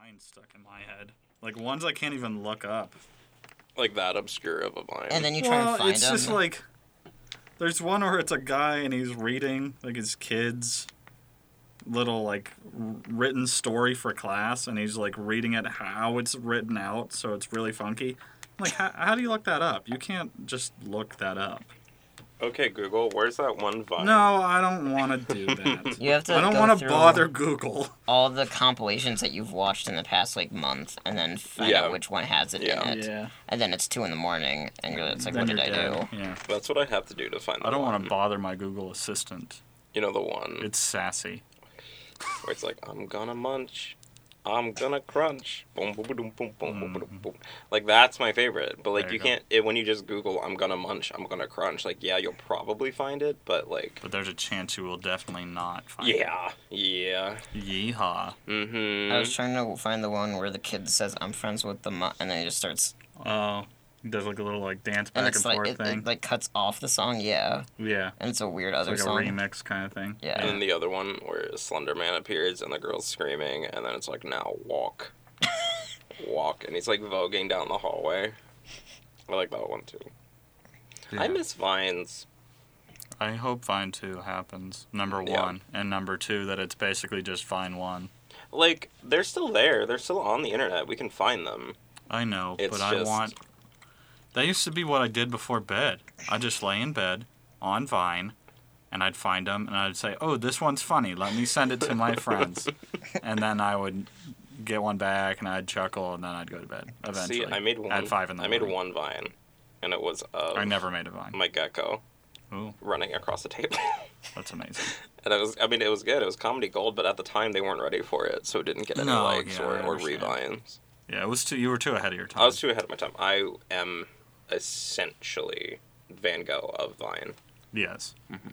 line stuck in my head. Like ones I can't even look up. Like that obscure of a line. And then you try Well, and find it's them. just like there's one where it's a guy and he's reading like his kids little like r- written story for class and he's like reading it how it's written out so it's really funky I'm like how, how do you look that up you can't just look that up okay, Google, where's that one vine? no i don't want to do that you have to i don't go want to through bother google all the compilations that you've watched in the past like month and then find Yeah. out which one has it Yeah. in it. And then it's two in the morning and you're it's like, Then what did I you're dead. do? yeah That's what I have to do to find. The i don't want one. to bother my google assistant You know the one it's sassy where it's like I'm gonna munch, I'm gonna crunch, boom boom boom boom boom boom boom boom. Like that's my favorite. But like Mm-hmm. There you, you go. can't it, when you just Google I'm gonna munch, I'm gonna crunch. Like yeah, you'll probably find it, but like but there's a chance you will definitely not find it. yeah, yeah. yeehaw Mm-hmm. I was trying to find the one where the kid says, I'm friends with the mu and then he just starts, Oh, he does like a little like dance and back and, it's like, forth it, thing. it like cuts off the song, yeah. yeah, And it's a weird it's other like a song. remix kind of thing. Yeah. And then the other one where Slender Man appears and the girl's screaming, and then it's like, now walk. walk. And he's like voguing down the hallway. I like that one too. I Yeah. miss Vines. I hope Vine Two happens. Number Yeah. one and number two that it's basically just Vine One. Like, they're still there, they're still on the internet. We can find them. I know, It's but I just- want. That used to be what I did before bed. I just lay in bed on Vine, and I'd find them, and I'd say, "Oh, this one's funny. Let me send it to my friends," and then I would get one back, and I'd chuckle, and then I'd go to bed. Eventually, See, I made one. at five in the I made morning. one Vine, and it was of I never made a Vine. my gecko Ooh, running across the table. that's amazing. and it was, I mean, it was good. It was comedy gold, but at the time they weren't ready for it, so it didn't get any No, likes yeah, or, I or understand. revines. Yeah, it was too. You were too ahead of your time. I was too ahead of my time. I am essentially Van Gogh of Vine. Yes. Mm-hmm.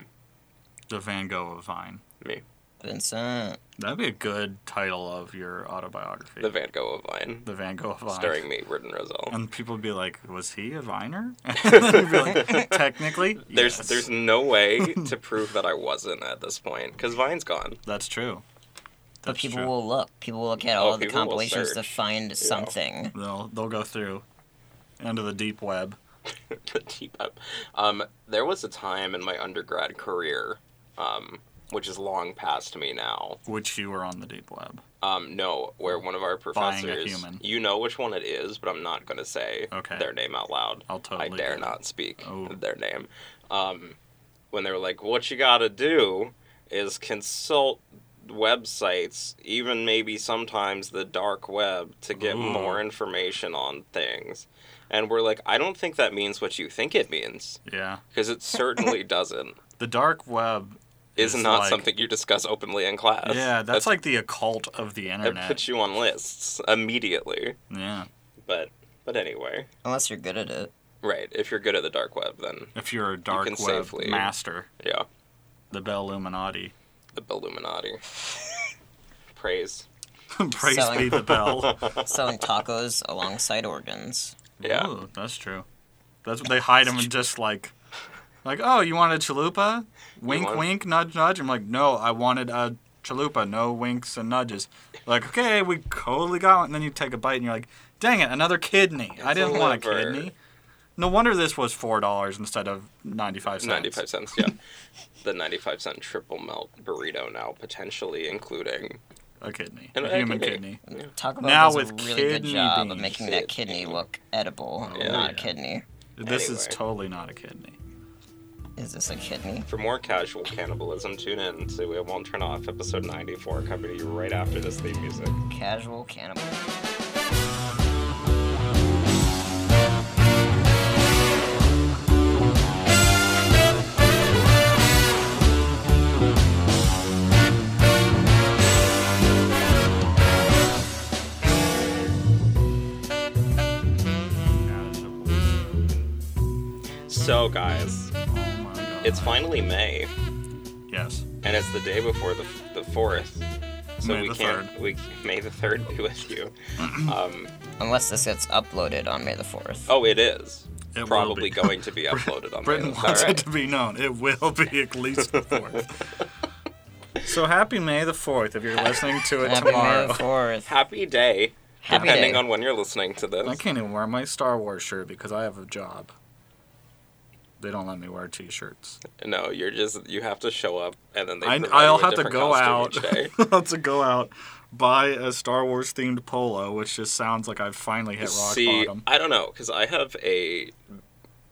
The Van Gogh of Vine. Me. Vincent. That'd be a good title of your autobiography. The Van Gogh of Vine. The Van Gogh of Vine. Starring me, Ridden Roselle. And people would be like, "Was he a viner?" You'd be like, Technically, There's yes. there's no way to prove that I wasn't at this point because Vine's gone. That's true. But That's people true. will look. People will look at Oh, all the people will compilations to search. find something. They'll they'll go through, into the deep web. The deep up. Um, there was a time in my undergrad career, um, which is long past me now. Which you were on the deep web. Um, no, where one of our Buying a professors, human. you know which one it is, but I'm not gonna say Okay. their name out loud. I'll totally I dare do. not speak Oh. their name. Um, when they were like, "What you gotta do is consult websites, even maybe sometimes the dark web, to get Ooh. more information on things," and we're like, "I don't think that means what you think it means, Yeah. because it certainly doesn't." The dark web Is It's not like- something you discuss openly in class. yeah, that's, like the occult of the it internet. puts you on lists immediately. yeah. But but anyway, Unless you're good at it. right? If you're good at the dark web, then If you're a dark can web safely- master, yeah, the Bell Illuminati. the Illuminati. Praise. Praise Selling- be the bell. Selling tacos alongside organs. Yeah. Ooh, that's true. That's what they hide them and just like, like, oh, you want a chalupa? Wink, want- wink, nudge, nudge. I'm like, no, I wanted a chalupa, no winks and nudges. Like, okay, we totally got one. And then you take a bite and you're like, dang it, another kidney. I It's didn't a want a liver. kidney. No wonder this was four dollars instead of ninety-five cents. Ninety-five cents, yeah. the ninety-five cent triple melt burrito now potentially including A kidney, And a a human kidney. kidney. Taco Bell Now with does a really good kidney job of beans. making that kidney look edible, Oh, Yeah. not a Yeah. kidney. This is Anyway. totally not a kidney. Is this a kidney? for more casual cannibalism. Tune in to It Won't Turn Off episode ninety-four coming to you right after this theme music. Casual cannibal. So guys, Oh my God. it's finally May, yes. and it's the day before the the fourth. So May we the can't we May the third be with you. Um, Unless this gets uploaded on May the 4th. Oh, it is. It will Probably be. going to be uploaded on Britain May the- wants Alright. it to be known. It will be at least the fourth. So happy May the 4th if you're listening to it Happy May the tomorrow. 4th. Happy day, Happy depending day. on when you're listening to I this. can't even wear my Star Wars shirt because I have a job. They don't let me wear t shirts. No, you're just you have to show up, and then they. I, provide I'll you a have to different go costume out. each day. I'll have to go out, buy a Star Wars themed polo, which just sounds like I've finally hit rock See, bottom. I don't know, because I have a,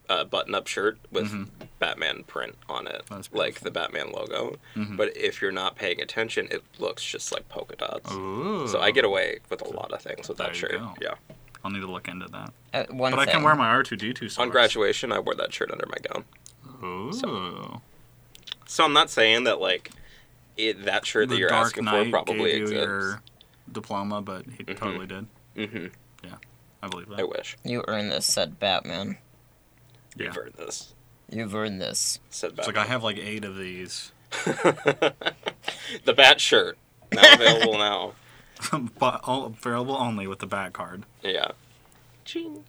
uh button-up shirt with Batman print on it, Mm-hmm. That's Mm-hmm. like the Batman logo. But if you're not paying attention, it looks just like polka dots. Ooh. So I get away with a lot of things with Oh. There that you shirt. go. Yeah. I'll need to look into that. Uh, one But I thing. can wear my R2D2 socks. On graduation, I wore that shirt under my gown. Ooh. So I'm not saying that like it, that shirt that the you're Dark asking Knight for probably gave you exists. Mm-hmm. your diploma, but he totally did. hmm I believe that. I wish. You earned this, said Batman. Yeah. You've heard this. You've earned this. Said It's like I Batman. have like eight of these. the bat shirt not available now. but all available only with the back card. Yeah. Ching.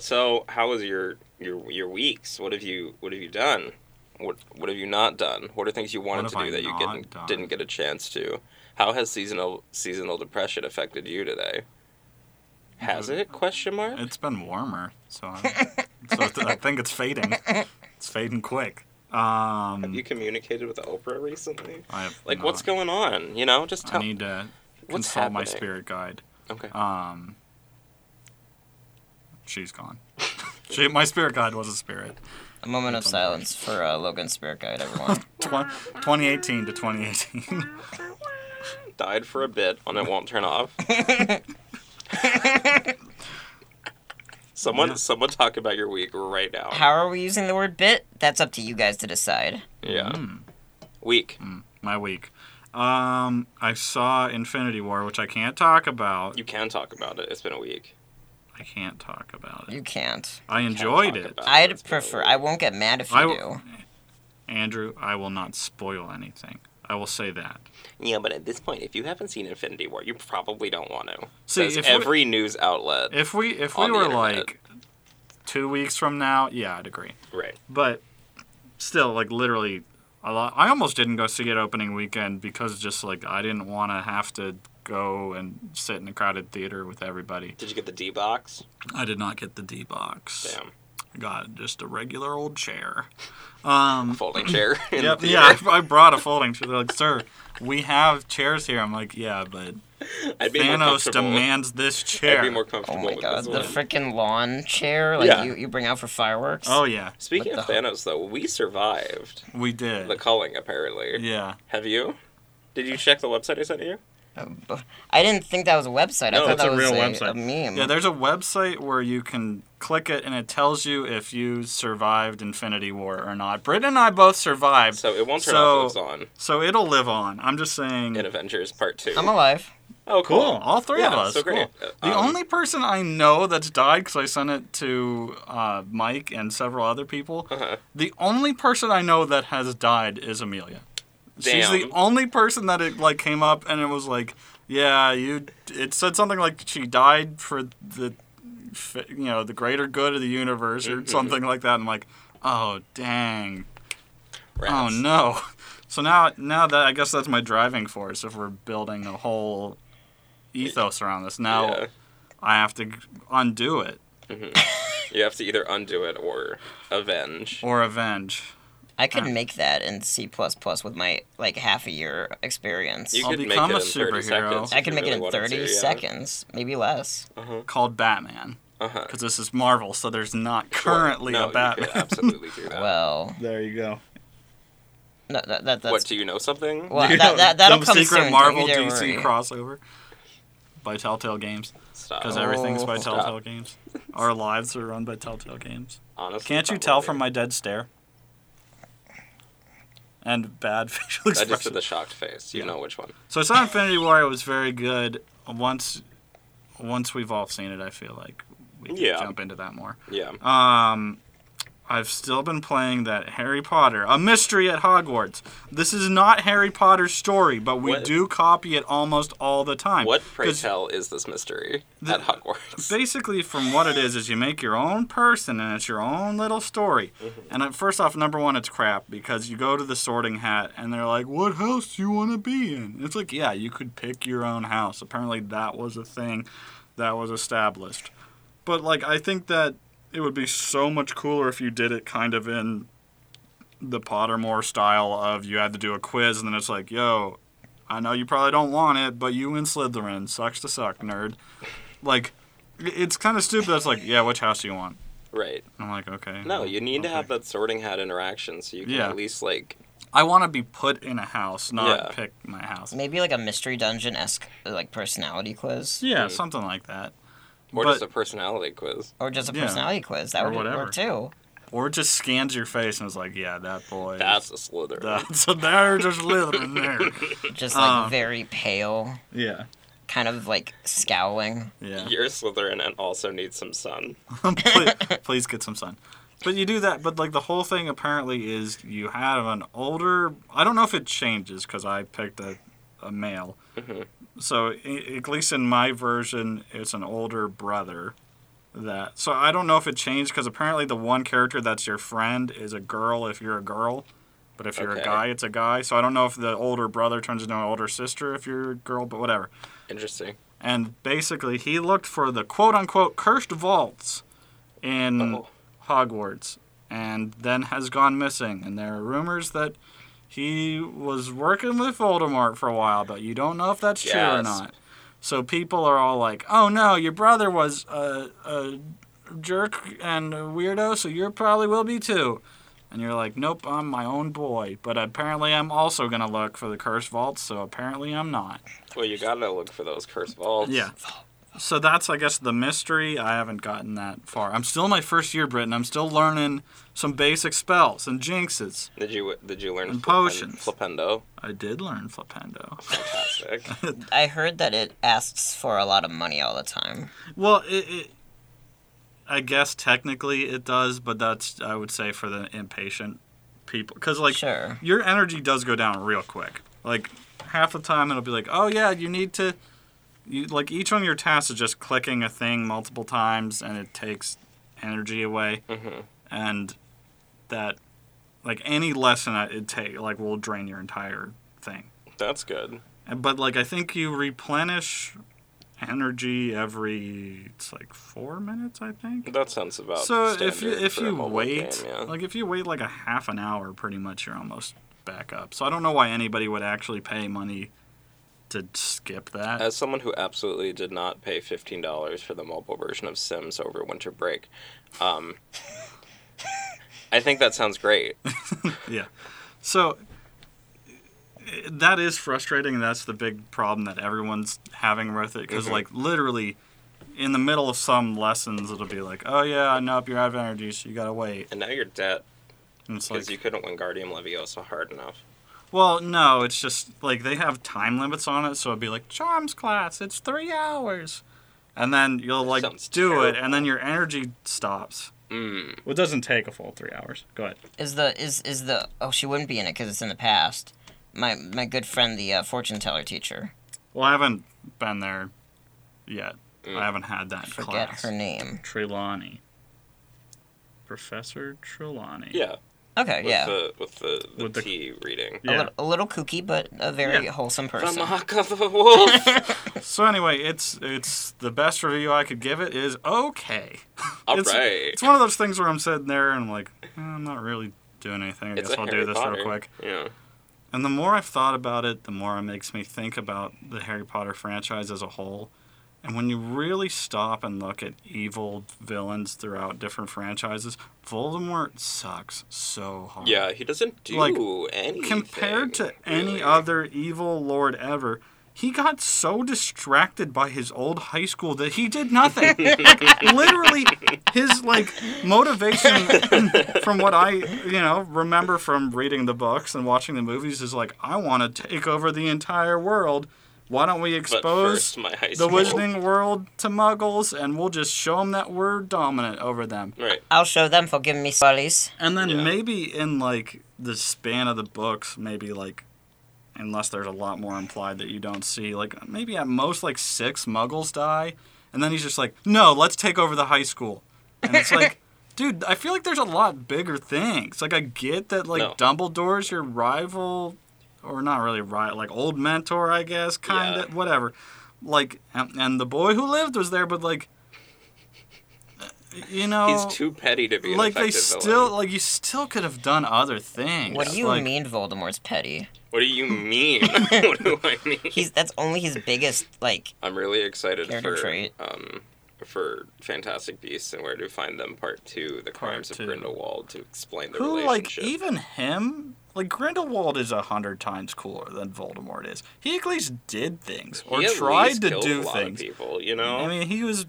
So, how was your your your weeks? What have you What have you done? What What have you not done? What are things you wanted What to do have I that you not didn't done? didn't get a chance to? How has seasonal seasonal depression affected you today? Has it? Question mark. It's been warmer, so, I, so it's- I think it's fading. It's fading quick. Um, Have you communicated with Oprah recently? I have Like, what's not. going on? You know, just Uh, I tell. need to What's consult my happening? spirit guide. Okay. Um, she's gone. she, my spirit guide was a spirit. A moment of silence for uh, Logan Spirit Guide, everyone. Twen- 2018 to 2018. Died for a bit, and it won't turn off. someone, Yeah. someone, talk about your week right now. How are we using the word bit? That's up to you guys to decide. Yeah. Hmm. Week. my week. Um, I saw Infinity War, which I can't talk about. You can talk about it. It's been a week. I can't talk about it. You can't. I You can enjoyed talk it. about It's I'd been a prefer. week. I won't get mad if you I do. w- Andrew, I will not spoil anything. I will say that. Yeah, but at this point, if you haven't seen Infinity War, you probably don't want to. See, Says if we- every news outlet. If we if we On the were internet. like two weeks from now, yeah, I'd agree. right. But still, like literally, a lot. I almost didn't go see it opening weekend because just like I didn't want to have to go and sit in a crowded theater with everybody. Did you get the D box? I did not get the D box. Damn. Got just a regular old chair. Um, Folding chair. in Yep. the Yeah, theater. I, I brought a folding chair. They're like, sir, we have chairs here. I'm like, yeah, but I'd be more Thanos comfortable- demands this I'd chair. be more Oh comfortable. my with god, this the one. freaking lawn chair like Yeah. you, you bring out for fireworks. oh yeah, Speaking What of the- Thanos, though, we survived we did. the culling apparently. yeah, Have you? Did you check the website I sent you? B- I didn't think that was a website. No, I thought it's Oh, that a was real a, website. a meme. yeah. There's a website where you can click it, and it tells you if you survived Infinity War or not. Britt and I both survived, so, So it won't turn So- off. It's on it'll live on. I'm just saying. in Avengers Part Two. I'm alive. oh, Cool. cool. All three of Yeah, us. so great. Cool. Uh, The um, only person I know that's died, because I sent it to uh, Mike and several other people, Uh-huh. the only person I know that has died is Amelia. She's the Damn. only person that it like came up and it was like, yeah, you. It said something like she died for the, f- you know, the greater good of the universe Mm-hmm. or something like that. I'm like, oh dang, oh Rats. no. So now, now that I guess that's my driving force. If we're building a whole ethos around this, now Yeah. I have to undo it You have to either undo it or avenge. or avenge. I could Ah. make that in C with my like half a year experience. You I'll could make become it a in 30 superhero. seconds. I could make it in 30 30 seconds, maybe less. called Batman Uh huh. because this is Marvel, so there's not currently no, a You Batman. could absolutely do that. Well, There you go. no, that, that, that's what do you know something? Well, that, that, that'll Some come secret soon. Marvel don't you dare DC worry. crossover by Telltale Games Stop. because everything's by Oh. Telltale Stop. Games. Our lives are run by Telltale Games. Honestly, Can't you probably. tell from my dead stare? And bad facial I just did expression. the shocked face. You Yeah. know which one. so I saw Infinity War. It was very good. Once, once we've all seen it, I feel like we can Yeah. jump into that more. Yeah. Um, I've still been playing that Harry Potter, A Mystery at Hogwarts. This is not Harry Potter's story, but we What- do copy it almost all the time. What pray 'Cause tell is this mystery The- at Hogwarts? Basically, from what it is, is you make your own person and it's your own little story. And at first off, number one, it's crap because you go to the Sorting Hat and they're like, "What house do you want to be in?" It's like, yeah, you could pick your own house. Apparently, that was a thing that was established. But like, I think that it would be so much cooler if you did it kind of in the Pottermore style of you had to do a quiz and then it's like, "Yo, I know you probably don't want it, but you in Slytherin sucks to suck, nerd." Like. It- It's kind of stupid. That's like, yeah, which house do you want? Right. I'm like, okay. No, you need to okay. have that sorting hat interaction so you can Yeah. at least like I want to be put in a house, not Yeah. pick my house. Maybe like a mystery dungeon esque like personality quiz, Yeah, Mm. something like that. or But- just a personality quiz. or just a Yeah. personality quiz. That Or would whatever. work too. Or it just scans your face and is like, yeah, that boy. is- That's a Slytherin. that. So they're just living there. Just like Um, very pale, Yeah, kind of like scowling. yeah. You're Slytherin and also need some sun. please, please get some sun. But you do that. But like the whole thing apparently is you have an older. I don't know if it changes because I picked a, a male. So i- at least in my version, it's an older brother. That so I don't know if it changed because apparently the one character that's your friend is a girl if you're a girl, but if you're Okay. a guy, it's a guy. So I don't know if the older brother turns into an older sister if you're a girl, but whatever Interesting. and basically he looked for the quote unquote cursed vaults in Oh. Hogwarts and then has gone missing and there are rumors that he was working with Voldemort for a while but you don't know if that's true or Yes. not so people are all like oh no your brother was a, a jerk and a weirdo so you probably will be too and you're like nope I'm my own boy but apparently I'm also going to look for the cursed vaults so apparently I'm not Well, you gotta look for those cursed vaults. yeah. So that's, I guess, the mystery. I haven't gotten that far. I'm still in my first year, Britain. I'm still learning some basic spells and jinxes. Did you did you learn And flippen- potions. Flipendo? I did learn Flipendo. Fantastic. I heard that it asks for a lot of money all the time. Well, it, it, I guess technically it does, but that's, I would say, for the impatient people. Because, like, sure. your energy does go down real quick. Like half the time it'll be like, "Oh yeah, you need to you like each one of your tasks is just clicking a thing multiple times and it takes energy away." Mhm. And that like any lesson that it take like will drain your entire thing. That's good. And- But like I think you replenish energy every it's like 4 minutes, I think. That sounds about. So if you standard if for a you mobile wait game, yeah. like if you wait like a half an hour, pretty much you're almost back up. So I don't know why anybody would actually pay money to skip that. As someone who absolutely did not pay fifteen dollars for the mobile version of Sims over winter break, um, I think that sounds great. yeah. So i- that is frustrating. and That's the big problem that everyone's having with it because Mhm. like literally in the middle of some lessons it'll be like, oh yeah, nope, you're out of energy, so you gotta wait. And now you're dead And it's because like, you couldn't win Guardian Leviosa hard enough. Well, no, it's just like they have time limits on it, so it'd be like charms class. It's three hours, and then you'll like Sounds do it, terrible. and then your energy stops. Mm. Well, it doesn't take a full three hours. Go ahead. Is the is is the oh she wouldn't be in it because it's in the past. My my good friend the uh, fortune teller teacher. Well, I haven't been there yet. Mm. I haven't had that Forget class. her name. Trelawney. Professor Trelawney. Yeah, Okay, with yeah. the with the, the With the- tea reading. A, Yeah. little, a little kooky, but a very Yeah. wholesome The person. mock of the wolf. So anyway, it's it's the best review I could give it is okay. All it's, right. It's one of those things where I'm sitting there and I'm like, "Eh, I'm not really doing anything. I It's guess a I'll Harry do this Potter. real quick. Yeah. And the more I've thought about it, the more it makes me think about the Harry Potter franchise as a whole. And when you really stop and look at evil villains throughout different franchises, Voldemort sucks so hard. Yeah, he doesn't do Like, anything. Compared to any really. other evil lord ever, he got so distracted by his old high school that he did nothing. Like, literally, his like motivation, from what I you know remember from reading the books and watching the movies, is like I want to take over the entire world. Why don't we But expose first, my high the school. Wizarding World to Muggles and we'll just show them that we're dominant over them? Right. I'll show them for giving me spoilies. And then Yeah. maybe in like the span of the books, maybe like unless there's a lot more implied that you don't see, like maybe at most like six muggles die, and then he's just like, No, let's take over the high school. And it's like Dude, I feel like there's a lot bigger things. Like I get that like No. Dumbledore's your rival or not really rival, like old mentor, I guess, kind of Yeah. whatever. Like and, and the boy who lived was there, but like uh, you know He's too petty to be an like they effective still villain. like you still could have done other things. What do you like, mean Voldemort's petty? What do you mean? what do I mean? He's that's only his biggest like I'm really excited Character for trait. um for Fantastic Beasts and Where to Find Them Part Two: The Part Crimes Two. of Grindelwald to explain the Who like relationship. even him? Like Grindelwald is a hundred times cooler than Voldemort is. He at least did things or He at tried least to killed do a lot things. Of people, you know. I mean, he was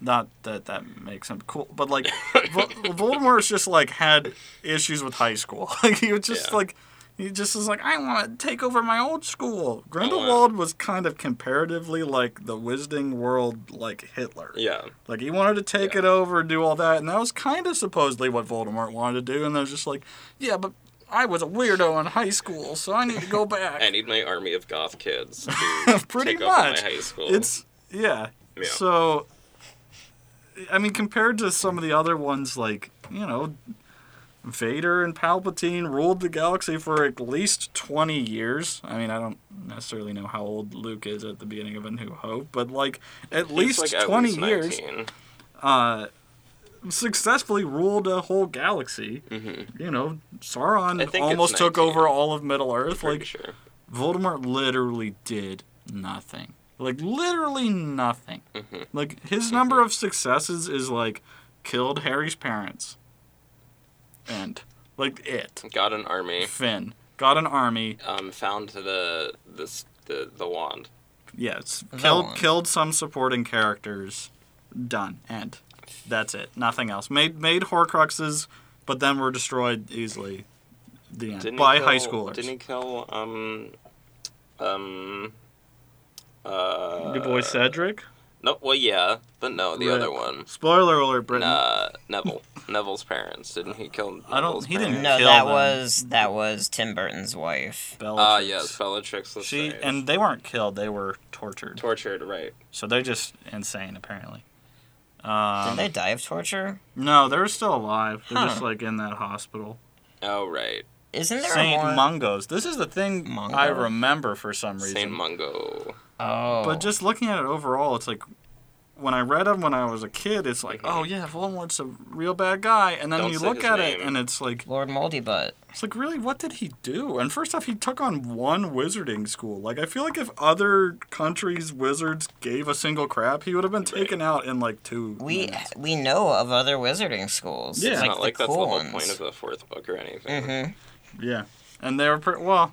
not that that makes him cool, but like Vol- Voldemort's just like had issues with high school. Like he was just Yeah. like he just was like I want to take over my old school. Grindelwald was kind of comparatively like the Wizarding World like Hitler. yeah, Like he wanted to take Yeah. it over and do all that, and that was kind of supposedly what Voldemort wanted to do. And I was just like, yeah, but I was a weirdo in high school, so I need to go back. I need my army of goth kids to Pretty take much. over my high school. it's yeah. Yeah. So, I mean, compared to some of the other ones, like you know, Vader and Palpatine ruled the galaxy for at least twenty years. I mean, I don't necessarily know how old Luke is at the beginning of A New Hope, but like at He's, least like, at twenty least years. 19. uh, successfully ruled a whole galaxy. You know, Mm-hmm. I Sauron think it's almost took 19. over all of Middle Earth. Pretty Like sure. Voldemort literally did nothing. Like literally nothing. Mm-hmm. Like his number of successes is like killed Harry's parents. And like it. Got an army. Finn got an army. Um, found the this the the wand. Yes, That killed one. killed some supporting characters. Done. End. That's it. Nothing else. Made made Horcruxes, but then were destroyed easily. The end. Didn't he by high kill- schoolers. Didn't he kill um um uh Your boy Cedric. No, well, yeah, but no, the Rip. other one. Spoiler alert, Britain. Uh, Neville. Neville's parents. Didn't he kill? I don't- Neville's he didn't parents? No, Kill that them. was that was Tim Burton's wife. Ah, Bellatrix. yes, Bellatrix Lestrange. She and they weren't killed. They were tortured. tortured, right? So they're just insane, apparently. Did Um, they die of torture? No, they're still alive. They're just Huh. like in that hospital. Oh, right. Isn't there Saint a more? Mungo's. This is the thing I Mungo? remember for some reason. Saint Mungo. oh, But just looking at it overall, it's like when I read him when I was a kid, it's like, Mhm. oh yeah, Voldemort's a real bad guy, and then Don't you say look his at it name. and it's like, Lord Moldybutt. it's like really, what did he do? And first off, he took on one wizarding school. Like I feel like if other countries' wizards gave a single crap, he would have been Right. taken out in like two. We minutes. we know of other wizarding schools. Yeah. It's like not the like that's cool the whole ones. point of the fourth book or anything. Mm-hmm. yeah, and they were pretty well.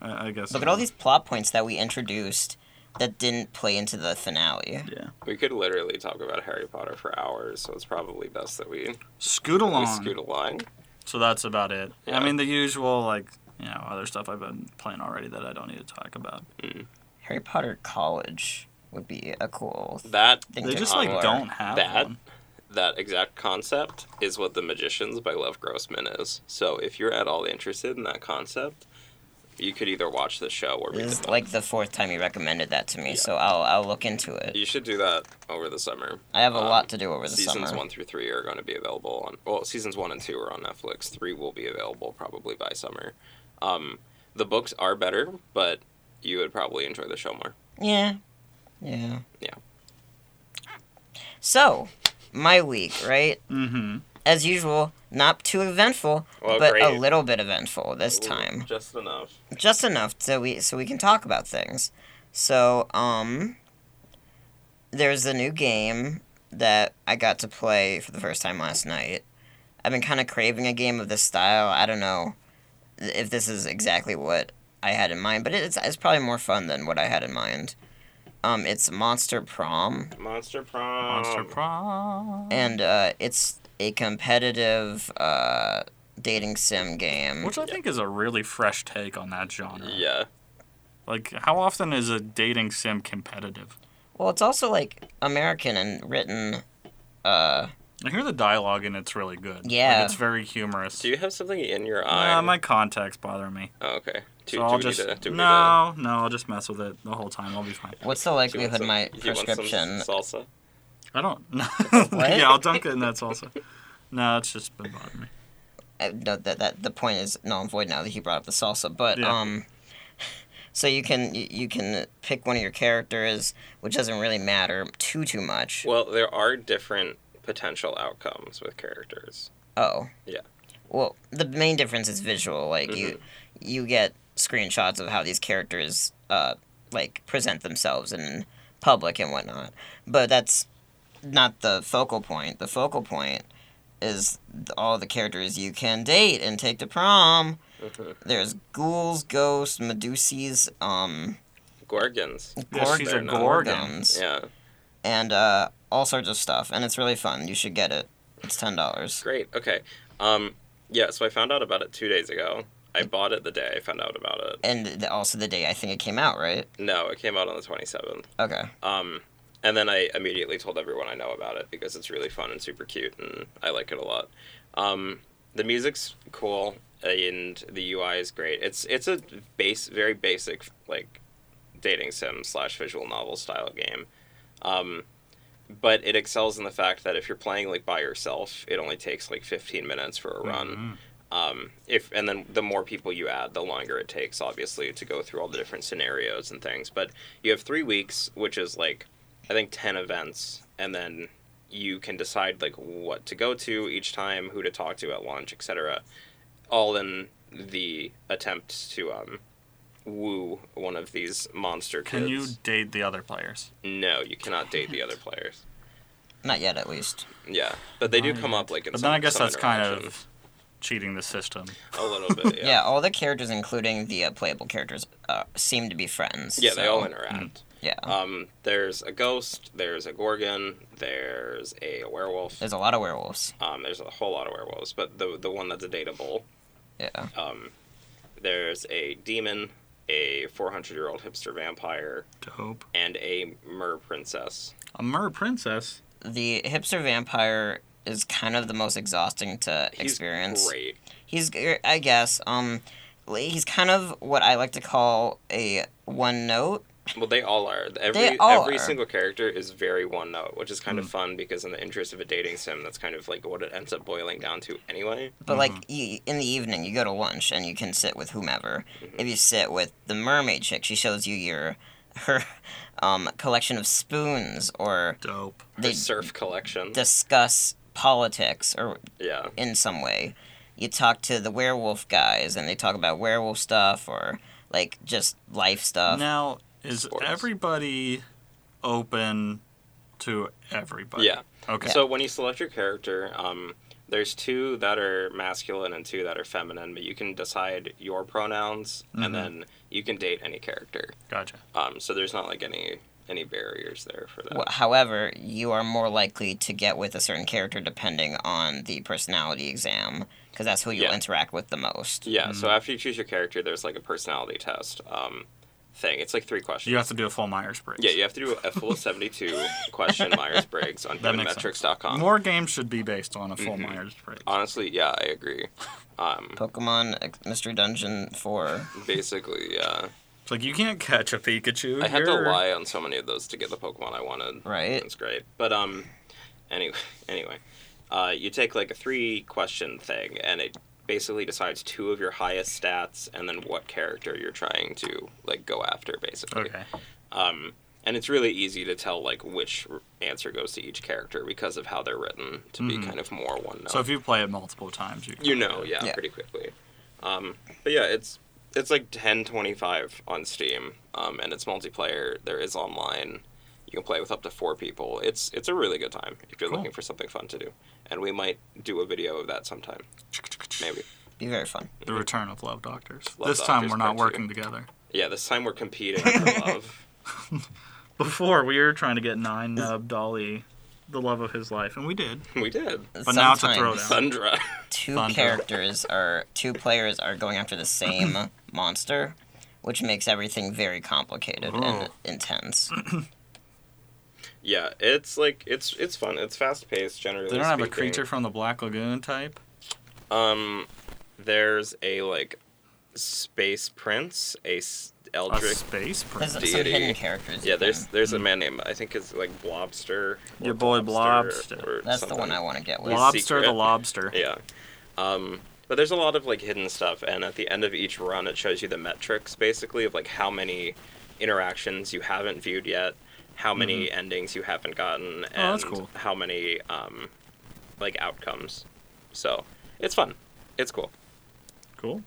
I, I guess. Look at all these plot points that we introduced that didn't play into the finale. Yeah. We could literally talk about Harry Potter for hours, so it's probably best that we, Scoot along. we scoot along. So that's about it. Yeah. I mean, the usual like you know other stuff I've been playing already that I don't need to talk about. Harry Potter College would be a cool. That Thing They to just like explore. don't have that one. that exact concept is what the magicians by lev grossman is so if you're at all interested in that concept you could either watch the show or read This the is book. like the fourth time you recommended that to me, so I'll I'll look into it. you should do that over the summer I have a Um, lot to do over the seasons summer. one through three are going to be available on well seasons one and two are on netflix three will be available probably by summer um, the books are better but you would probably enjoy the show more Yeah, yeah, Yeah. So, my week, right? Mm-hmm. As usual, not too eventful, Well, but a great. little bit eventful this Ooh, time. just enough just enough so we so we can talk about things. So um, there's a new game that I got to play for the first time last night. I've been kind of craving a game of this style. I don't know if this is exactly what I had in mind, but it's it's probably more fun than what I had in mind. Um, it's Monster Prom monster prom Monster Prom. and uh, it's a competitive uh, dating sim game. Which I think is a really fresh take on that genre. yeah Like, how often is a dating sim competitive? Well, it's also like American and written. Uh, I hear the dialogue and it's really good. Like, Yeah. it's very humorous. Do you have something in your eye? Nah, my contacts bother me. oh, okay. So Do, do I'll we just need to, do we need to- no, no. I'll just mess with it the whole time. I'll be fine. what's the do you want likelihood some- my do you want some prescription? salsa. I don't. No. yeah, I'll dunk it in that salsa. No, it's just been bothering me. uh, no, that that the point is null and void now that he brought up the salsa. But Yeah. um, so you can you, you can pick one of your characters, which doesn't really matter too too much. Well, there are different potential outcomes with characters. Oh. Yeah. Well, the main difference is visual. Like you, Mm-hmm. you get screenshots of how these characters, uh, like present themselves in public and whatnot. But that's not the focal point. The focal point is th- all the characters you can date and take to prom. Mhm. There's ghouls, ghosts, Meduses, um, Gorgons. Yeah, she's a They're not- Gorgon. Yeah, and uh, all sorts of stuff. And it's really fun. You should get it. It's ten dollars. great. Okay. Um, yeah. So I found out about it two days ago. I bought it the day I found out about it. And th- also the day I think it came out, right? No, it came out on the twenty seventh. Okay. Um, and then I immediately told everyone I know about it because it's really fun and super cute, and I like it a lot. Um, the music's cool, and the UI is great. It's it's a base, very basic like dating sim slash visual novel style game. Um, but it excels in the fact that if you're playing like by yourself, it only takes like 15 minutes for Mm-hmm. a run um, if and then the more people you add, the longer it takes, obviously, to go through all the different scenarios and things. But you have three weeks, which is like I think ten events, and then you can decide like what to go to each time, who to talk to at lunch, etc. All in the attempt to um, woo one of these monster kids. Can you date the other players? No, you cannot date the other players. Not yet, at least. Yeah, but they do Not come yet. up like in. But some, then I guess some that's kind interactions. of cheating the system. a little bit. Yeah. all the characters, including the uh, playable characters, uh, seem to be friends. Yeah, they so- all hmm. interact. Yeah, Um, there's a ghost, there's a gorgon, there's a werewolf. there's a lot of werewolves. Um, there's a whole lot of werewolves, but the the one that's dateable. Yeah, Um, there's a demon, a 400 year old hipster vampire, Dope. and a mer princess. A mer princess. the hipster vampire is kind of the most exhausting to He's experience. Great. He's, gr- I guess, um, li- he's kind of what I like to call a one note. Well, they all are. Every They all every are. single character is very one note, which is kind Hmm. of fun because in the interest of a dating sim, that's kind of like what it ends up boiling down to anyway. But like you, in the evening, you go to lunch and you can sit with whomever. If you sit with the mermaid chick, she shows you your her um, collection of spoons, or Dope. The they surf collection. discuss politics or yeah. in some way. You talk to the werewolf guys, and they talk about werewolf stuff or like just life stuff. now, is Sports. everybody open to everybody? Yeah. Okay. So when you select your character, um, there's two that are masculine and two that are feminine, but you can decide your pronouns, Mhm. and then you can date any character. Gotcha. Um, so there's not like any any barriers there for that. Wh- However, you are more likely to get with a certain character depending on the personality exam, because that's who you'll Yeah. interact with the most. Yeah. So Mm. after you choose your character, there's like a personality test um, thing. It's like three questions. You have to do a full Myers Briggs. yeah, you have to do a full 72 question Myers Briggs on That makes sense. humanmetrics.com. More games should be based on a full Mm-hmm. Myers Briggs. Honestly, yeah, I agree. Um, Pokemon Ex- Mystery Dungeon 4. basically, yeah. It's like you can't catch a Pikachu. I had to You're- lie on so many of those to get the Pokemon I wanted. Right. That's great. But um, anyway, anyway, uh, you take like a three question thing, and it basically decides two of your highest stats, and then what character you're trying to like go after, basically. Okay. Um, and it's really easy to tell like which r- answer goes to each character because of how they're written to Mhm. be kind of more one note. So if you play it multiple times, you can you know, yeah, Yeah. pretty quickly. Um, but yeah, it's it's like ten twenty five on Steam, um, and it's multiplayer. There is online. You can play with up to four people. It's it's a really good time if you're Cool. looking for something fun to do, and we might do a video of that sometime, maybe. Be very fun. The Return of Love Doctors. Love this time Doctors we're not Part Two. working together. Yeah, this time we're competing for love. Before we were trying to get Nine Nub Dolly, the love of his life, and we did. We did. But now it's a Sometimes throwdown. Sundra. Two Thunder. characters are two players are going after the same monster, which makes everything very complicated Oh. and intense. Yeah, it's like it's it's fun. It's fast paced. Generally, They don't have a speaking. creature from the Black Lagoon type. Um, there's a like space prince, a s- A eldritch. space There's prince. some Deity. hidden characters. yeah, in there's there. there's a man named I think it's like Blobster. or Your boy Blobster. or That's the one something. I want to get with. Lob- Lobster the secret. lobster. Yeah. Um, but there's a lot of like hidden stuff, and at the end of each run, it shows you the metrics basically of like how many interactions you haven't viewed yet, how many endings you haven't gotten, and Mm-hmm. Oh, that's cool. how many um, like outcomes. So it's fun. It's cool. Cool.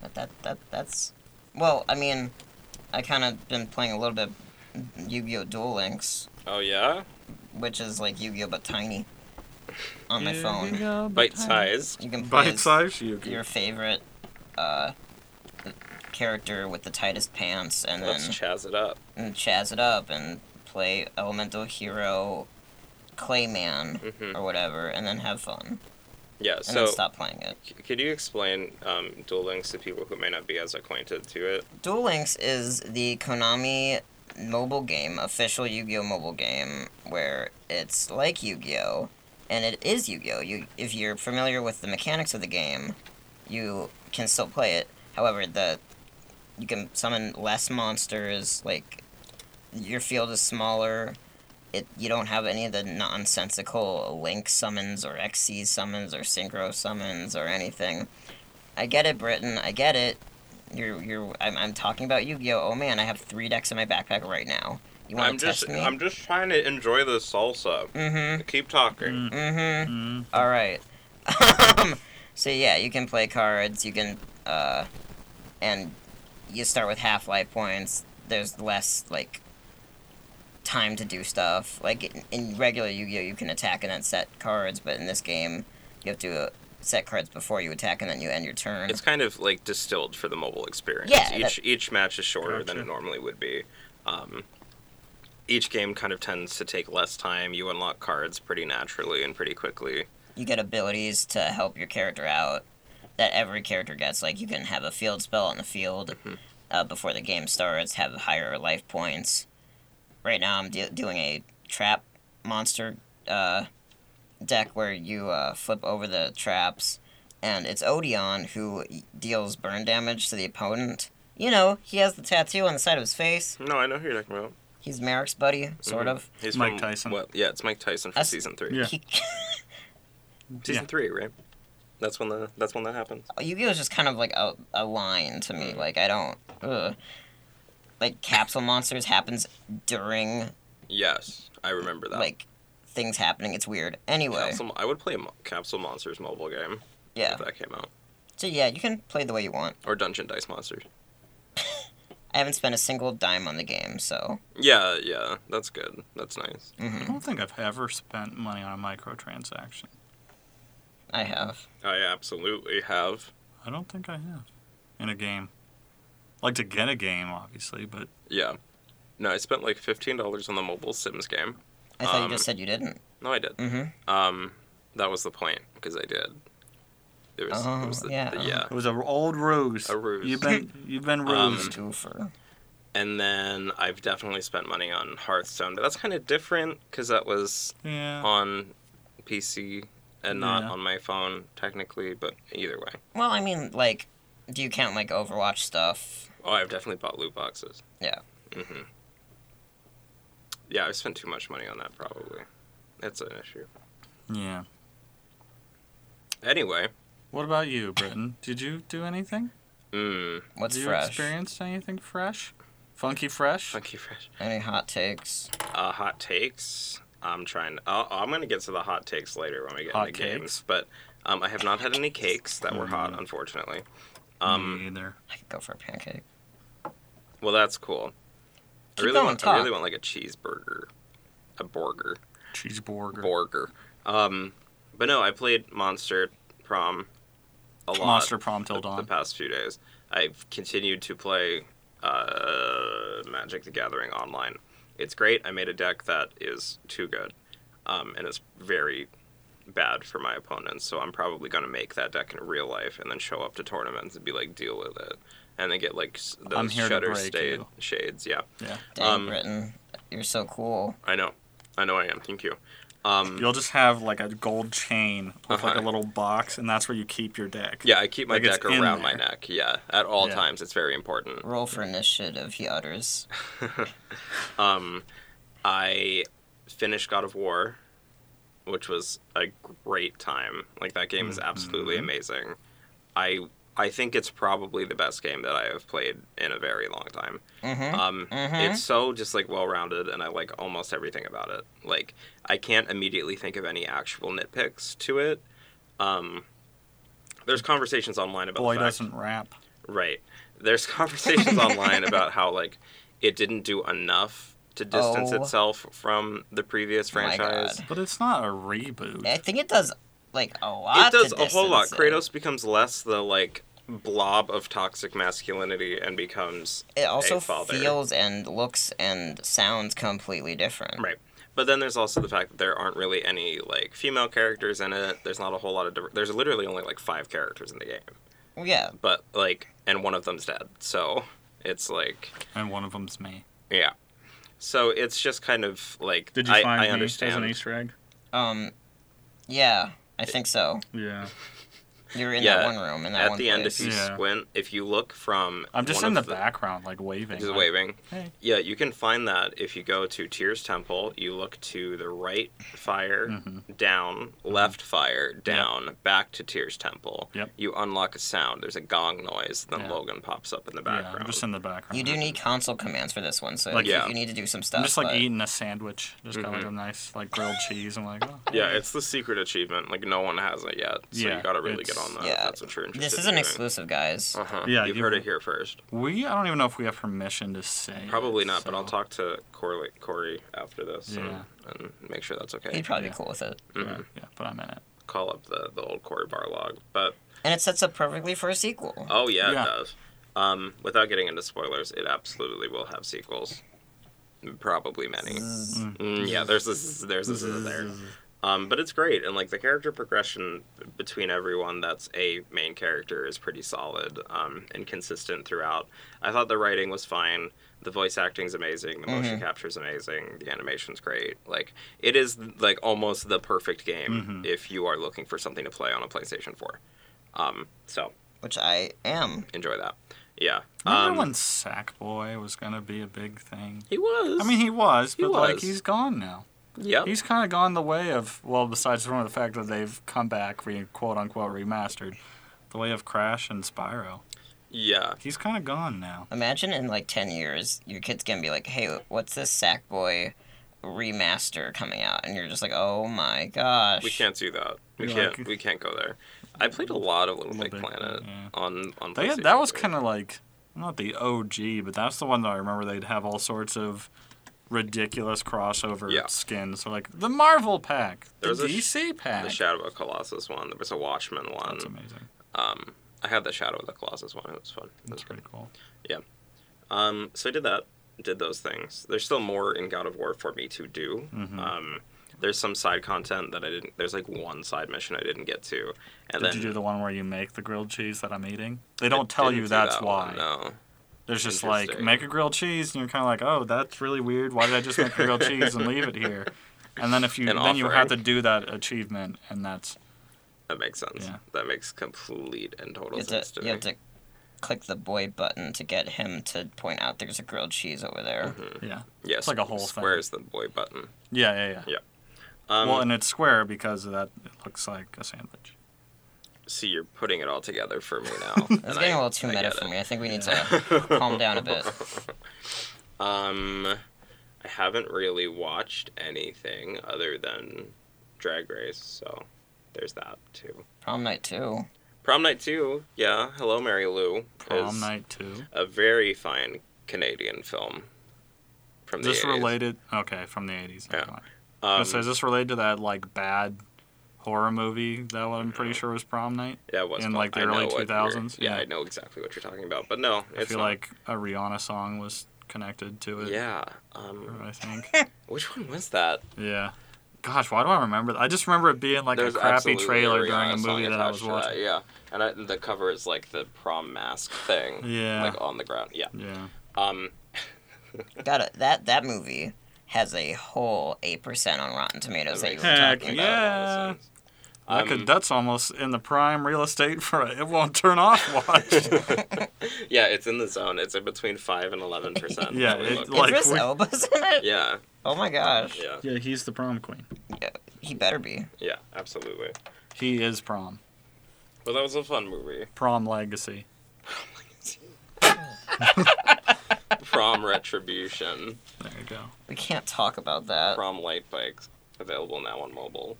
But that that that's well, I mean, I kind of been playing a little bit Yu-Gi-Oh! Duel Links, Oh yeah, which is like Yu-Gi-Oh! but tiny on my Here phone. we go, bite botanic. sized. You can play Bite as size Yuki. your favorite uh, character with the tightest pants, and Let's then chaz it up. and chaz it up and play Elemental Hero Clayman Mhm. or whatever, and then have fun, Yeah. and So then stop playing it. c- could you explain um, Duel Links to people who may not be as acquainted to it? Duel Links is the Konami mobile game, official Yu-Gi-Oh mobile game, where it's like Yu-Gi-Oh, and it is Yu-Gi-Oh. You, if you're familiar with the mechanics of the game, you can still play it. However, the you can summon less monsters. Like your field is smaller. It you don't have any of the nonsensical link summons or XC summons or synchro summons or anything. I get it, Britain. I get it. You're you're. I'm, I'm talking about Yu-Gi-Oh. Oh man, I have three decks in my backpack right now. You I'm want to just test me? I'm just trying to enjoy the salsa. Mm-hmm. Keep talking. Mm-hmm. Mm. All right. Um, so yeah, you can play cards. You can, uh, and you start with half life points. There's less like time to do stuff. Like in, in regular Yu-Gi-Oh, you can attack and then set cards, but in this game, you have to uh, set cards before you attack and then you end your turn. It's kind of like distilled for the mobile experience. Yeah, each each match is shorter than it Gotcha. normally would be. Um, each game kind of tends to take less time. You unlock cards pretty naturally and pretty quickly. you get abilities to help your character out that every character gets. Like you can have a field spell on the field uh, before the game starts, have higher life points. Right now, I'm de- doing a trap monster uh, deck where you uh, flip over the traps, and it's Odeon who deals burn damage to the opponent. You know, he has the tattoo on the side of his face. No, I know who you're talking about. He's Merrick's buddy, sort Mhm. of. He's Mike from- Tyson. What? Yeah, it's Mike Tyson from That's- season three. Yeah. He, Season Yeah. three, right? That's when the that's when that happens. Yu-Gi-Oh is just kind of like a, a line to Mm. me. Like I don't, ugh. like capsule monsters happens during Yes, I remember that. like things happening. It's weird. Anyway, Capsule, I would play Mo- Capsule Monsters mobile game yeah. if that came out, So yeah, you can play the way you want. or Dungeon Dice Monsters. I haven't spent a single dime on the game, so mm-hmm. Yeah, yeah, that's good. That's nice. I don't think I've ever spent money on a microtransaction. I have. I absolutely have. I don't think I have in a game. Like to get a game, obviously, but Yeah. No, I spent like fifteen dollars on the mobile Sims game. I thought Um, you just said you didn't. No, I did. Mm-hmm. Um, that was the point because I did. It was, it Oh, was the, yeah. the- yeah. it was an old ruse. A ruse. You've been you've been Um, rused. Twofer. And then I've definitely spent money on Hearthstone, but that's kind of different because that was yeah. on PC and not Yeah. on my phone technically. But either way, Well, I mean, like, do you count like Overwatch stuff? oh, I've definitely bought loot boxes. Yeah. hmm Yeah, I've spent too much money on that probably. That's an issue. Yeah. Anyway, What about you, Britton? Did you do anything? mm, What's Did you fresh? experience anything fresh? Funky fresh? Funky Fresh. Any hot takes? uh, hot takes. I'm trying. I'll, I'm going to get to the hot takes later when we get Hot into takes? games. But um, I have not had any cakes that were hot, Mm. unfortunately. Um, Me either. I could go for a pancake. Well, that's cool. I Keep really going, want. I really talk. want like a cheeseburger, a burger, Cheeseburger. burger. Um, but no, I played Monster Prom a lot Monster prom till the, the dawn. past few days. I've continued to play uh, Magic the Gathering online. It's great. I made a deck that is too good, um, and it's very bad for my opponents. So I'm probably going to make that deck in real life and then show up to tournaments and be like, deal with it. and they get like s- those I'm here to shutter break sta- you. shades. Yeah, Yeah. Dang, Um, Britain, you're so cool. I know, I know, I am. Thank you. Um, You'll just have like a gold chain with like a Uh-huh. little box, and that's where you keep your deck. yeah, I keep my Like, it's deck in around my there. neck. Yeah, at all Yeah. times, it's very important. Roll for initiative, he utters. Um, I finished God of War, which was a great time. Like that game is absolutely Mm-hmm. amazing. I I think it's probably the best game that I have played in a very long time. Mm-hmm. Um, Mhm. It's so just like well rounded, and I like almost everything about it. Like I can't immediately think of any actual nitpicks to it. Um, there's conversations online about Boy the fact- doesn't rap. Right. There's conversations online about how like it didn't do enough to distance Oh. itself from the previous My franchise. God. But it's not a reboot. I think it does like a lot. It does to a whole lot. distance it. Kratos becomes less the like blob of toxic masculinity and becomes It also a father. feels and looks and sounds completely different. Right. But then there's also the fact that there aren't really any like female characters in it. There's not a whole lot of diver- there's literally only like 5 characters in the game. Well, Yeah. But like and one of them's dead. So it's like And one of them's me. yeah. So it's just kind of like Did you I, find I me understand. as an Easter egg? Um. Yeah, I think so. Yeah. You're in Yeah, that one room in that at one the place. end if you Yeah. squint if you look from I'm just one in the, of background, like waving. just like, waving Hey. yeah you can find that if you go to tears temple you look to the right fire Mm-hmm. down left fire down back to tears temple Yep. you unlock a sound there's a gong noise then Yeah. logan pops up in the Yeah, background I'm just in the background. You do need console commands for this one, so Like, you, Yeah. you need to do some stuff. I'm just like but- eating a sandwich. Just got like Mhm. a nice like grilled cheese. I'm like, oh. yeah it's the secret achievement like no one has it yet so Yeah, you gotta really get it's- on that if Yeah. that's what you're interested This in isn't doing. exclusive, guys. uh-huh. Yeah, you've you heard can- it here first We I don't even know if we have permission to say. probably it, not but i'll so- talk to corey, corey after this Yeah. and, and make sure that's okay He'd probably Yeah. be cool with it. Yeah, Mm-hmm. yeah, but I'm in it. call up the, the old Corey Barlog. But And it sets up perfectly for a sequel. oh yeah, Yeah. it does. Um, without getting into spoilers, it absolutely will have sequels, probably many. Mm, yeah, there's this, there's this, and there. Um, but it's great, and like the character progression between everyone that's a main character is pretty solid um, and consistent throughout. I thought the writing was fine. The voice acting's amazing. The motion Mm-hmm. capture's amazing. The animation's great. Like it is like almost the perfect game Mhm. if you are looking for something to play on a PlayStation Four. Um, so Which I am. enjoy that. Yeah. Remember Um, when Sackboy was gonna be a big thing? he was. I mean, he was, He but like was. he's gone now. yeah. He's kind of gone the way of well, besides from the fact that they've come back, re quote unquote remastered, the way of Crash and Spyro. Yeah. He's kind of gone now. Imagine in like 10 years, your kid's gonna be like, hey, what's this Sackboy remaster coming out? And you're just like, oh my gosh. We can't do that. We Yeah, can't. like- we can't go there. I played a lot of Little Little Big Big Planet Planet, yeah. on on. They PlayStation had, that was 3. kind of like not the OG, but that's the one that I remember. They'd have all sorts of ridiculous crossover Yeah. skins. So like the Marvel pack, There the was a sh- DC pack. the Shadow of Colossus one. There was a Watchmen one. that's amazing. Um, I had the Shadow of the Colossus one. It was fun. It That's was great. pretty cool. Um, so I did that. Did those things. There's still more in God of War for me to do. Mhm. Um, there's some side content that I didn't. There's like one side mission I didn't get to. Did And then you do the one where you make the grilled cheese that I'm eating? They I don't tell didn't you do that's that why. one, no. There's just like Interesting. make a grilled cheese, and you're kind of like, oh, that's really weird. Why did I just make a grilled cheese and leave it here? And then if you An then you have to offering. do that achievement, and that's That makes sense. Yeah. That makes complete and total You have, sense to to, you me. have to click the boy button to get him to point out there's a grilled cheese over there. Mm-hmm. yeah, yes, like a whole thing. squares the boy button. yeah, yeah, yeah. Um, well, and it's square because of that it looks like a sandwich. see, you're putting it all together for me now. and It's getting I- a little too I meta get for it. me. I think we need to calm down a bit. Um, I haven't really watched anything other than Drag Race, so there's that too. Prom night too. Prom Night 2, yeah. Hello, Mary Lou. Prom is night two. A very fine Canadian film. From Is this the 80s. related? Okay, from the eighties. Yeah. Um, Um, so is this related to that like bad horror movie that what I'm Mm-hmm. pretty sure was prom night? yeah, it was in, called- like, the I know early what you're- 2000s? Yeah, Yeah. I know exactly what you're talking about, but no, I it's feel not. like a Rihanna song was connected to it. yeah. Um, I think. which one was that? Yeah. Gosh, why do I remember that? I just remember it being like There's a crappy absolutely trailer during Rihanna a song movie that I attached was to that, watching. yeah, and I, the cover is like the prom mask thing. Yeah. Like on the ground. Yeah. Yeah. Um, Got it. That that movie has a whole eight percent on Rotten Tomatoes. That you were Heck talking yeah. about. That Um, could- that's almost in the prime real estate for a, it won't turn off watch. Um, yeah, it's in the zone. It's in between five and eleven percent. Yeah, it- like- Idris we- Elba's in it. yeah, Oh my gosh. yeah, yeah, he's the prom queen. He better be. yeah, absolutely. He is prom. Well, that was a fun movie. Prom legacy. Prom Retribution, There you go. We can't talk about that. Prom Light Bikes, available now on mobile.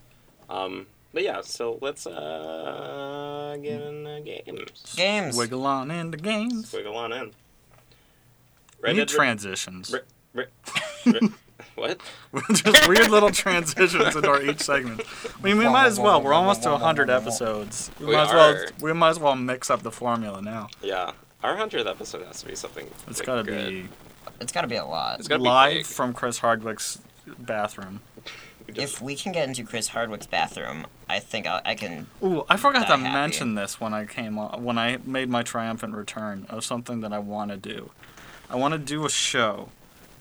Um, but yeah, so let's uh get in the games. Games. Wiggle on into games. Wiggle on in. We Red Need Dead Re- transitions. Re- Re- Re- what? Just weird little transitions into our each segment. I mean, we might as well. We're almost to 100 episodes. We, We might as well. are. We might as well mix up the formula now. Yeah, our hundredth episode has to be something. It's like, got to good. be It's gotta be a lot. It's gotta be live big. from Chris Hardwick's bathroom. We just- If we can get into Chris Hardwick's bathroom, I think I, I can. Ooh, I forgot Not to happy. mention this when I came on, when I made my triumphant return of something that I want to do. I want to do a show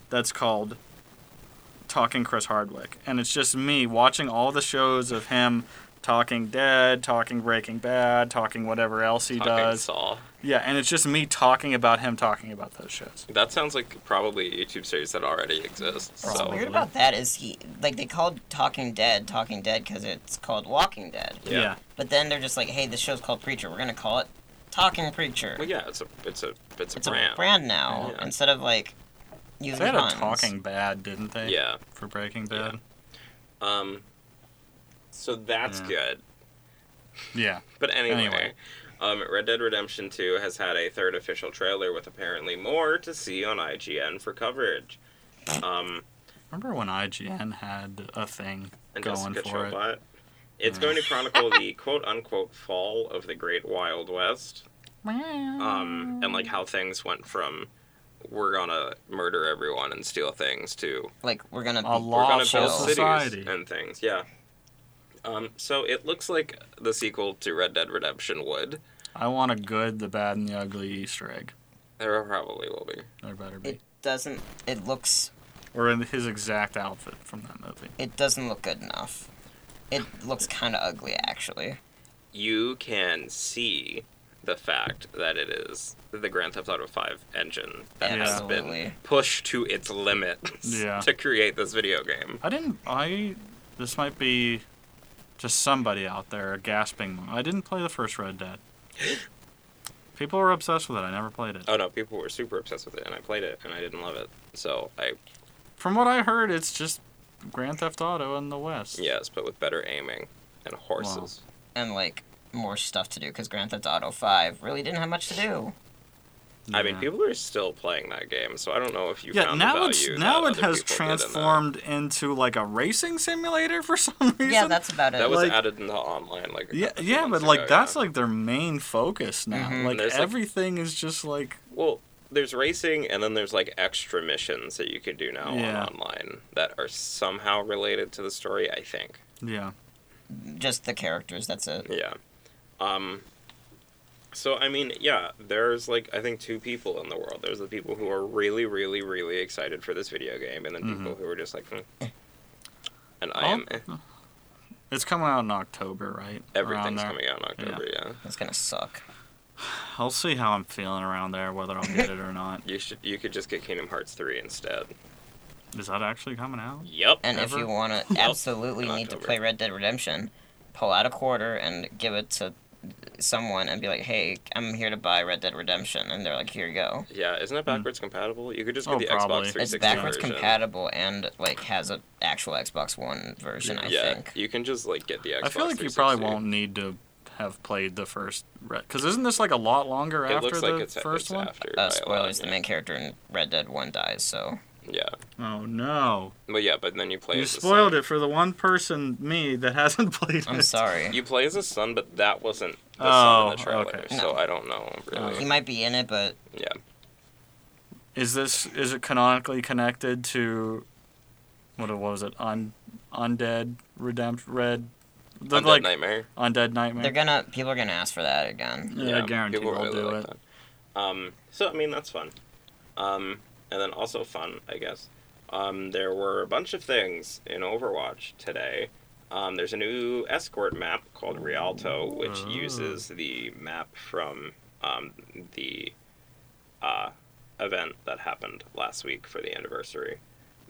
that's called Talking Chris Hardwick, and it's just me watching all the shows of him talking Dead, talking Breaking Bad, talking whatever else he Talking does. Saw. Yeah, and it's just me talking about him talking about those shows. That sounds like probably a YouTube series that already exists. Probably. What's So weird about that is he like they called Talking Dead Talking Dead because it's called Walking Dead. Yeah. But then they're just like, hey, this show's called Preacher. We're gonna call it Talking Preacher. well, yeah, it's a it's a it's a it's brand. a brand now Yeah. instead of like using They had a puns. Talking Bad, didn't they? Yeah. For Breaking Yeah. Bad. Um. So that's Yeah. good. Yeah. But anyway, Anyway. Um, Red Dead Redemption Two has had a third official trailer with apparently more to see on IGN for coverage. Um, Remember when IGN had a thing and going Jessica for it? Mm. Chobot. It's going to chronicle the quote unquote fall of the Great Wild West. um, and like how things went from we're gonna murder everyone and steal things to Like we're gonna. A be- we're law gonna chill. build Lawful cities society. and things. Yeah. Um, so it looks like the sequel to Red Dead Redemption would. I want a good, the bad, and the ugly Easter egg. There probably will be. There better be. It doesn't. It looks. or in his exact outfit from that movie. It doesn't look good enough. It looks kind of ugly, actually. You can see the fact that it is the Grand Theft Auto 5 engine that has been Absolutely. pushed to its limits Yeah. to create this video game. I didn't. I. This might be just somebody out there gasping. I didn't play the first Red Dead. People were obsessed with it. I never played it. Oh no, people were super obsessed with it, and I played it, and I didn't love it. So I From what I heard, it's just Grand Theft Auto in the West. Yes, but with better aiming and horses. And like more stuff to do because Grand Theft Auto Five really didn't have much to do. I mean, Yeah. people are still playing that game, so I don't know if you Yeah, found the now it's value. now that it other has people did in that. transformed into like a racing simulator for some reason. Yeah, that's about it. That was like- added into online, like a yeah, couple of yeah, months but like ago, that's yeah. like their main focus now. Mhm. Like There's, like- everything is just like well, there's racing, and then there's like extra missions that you can do now Yeah. on online that are somehow related to the story. I think. yeah. Just the characters. That's it. Yeah. Um. So I mean, yeah, there's like I think two people in the world. There's the people who are really, really, really excited for this video game, and then Mm-hmm. people who are just like, "Hmm." and I I'll- am. eh. It's coming out in October, right? Around Everything's there. coming out in October, yeah. It's gonna suck. I'll see how I'm feeling around there, whether I'll get it or not. You should you could just get Kingdom Hearts 3 instead. Is that actually coming out? Yep. And if Ever? you want to absolutely in need to October. play Red Dead Redemption, pull out a quarter and give it to someone and be like, "Hey, I'm here to buy Red Dead Redemption," and they're like, "Here you go." yeah, isn't that backwards compatible? You could just get Mm. Oh, the probably. Xbox 360 It's backwards version. compatible and like has an actual Xbox One version, I yeah, think. you can just like get the Xbox I feel like you probably 360. won't need to have played the first because isn't this like a lot longer It after looks the like it's first it's one? after. by a Uh, lot, spoilers: yeah. the main character in Red Dead One dies, so Yeah, Oh no! but yeah, but then you play. You as a spoiled son. it for the one person me that hasn't played I'm it. sorry. You play as a son, but that wasn't the son in the Oh, trailer, okay. so No. I don't know he really. might be in it, but yeah, Is this is it canonically connected to what, what was it? Un, undead Redempt Red. Undead Undead like, Nightmare. Undead Nightmare. They're gonna people are gonna ask for that again. yeah, I guarantee people we'll really do like it. That. Um, so I mean that's fun, um, and then also fun, I guess. Um, there were a bunch of things in Overwatch today. Um, there's a new escort map called Rialto, which Oh. uses the map from um, the uh, event that happened last week for the anniversary,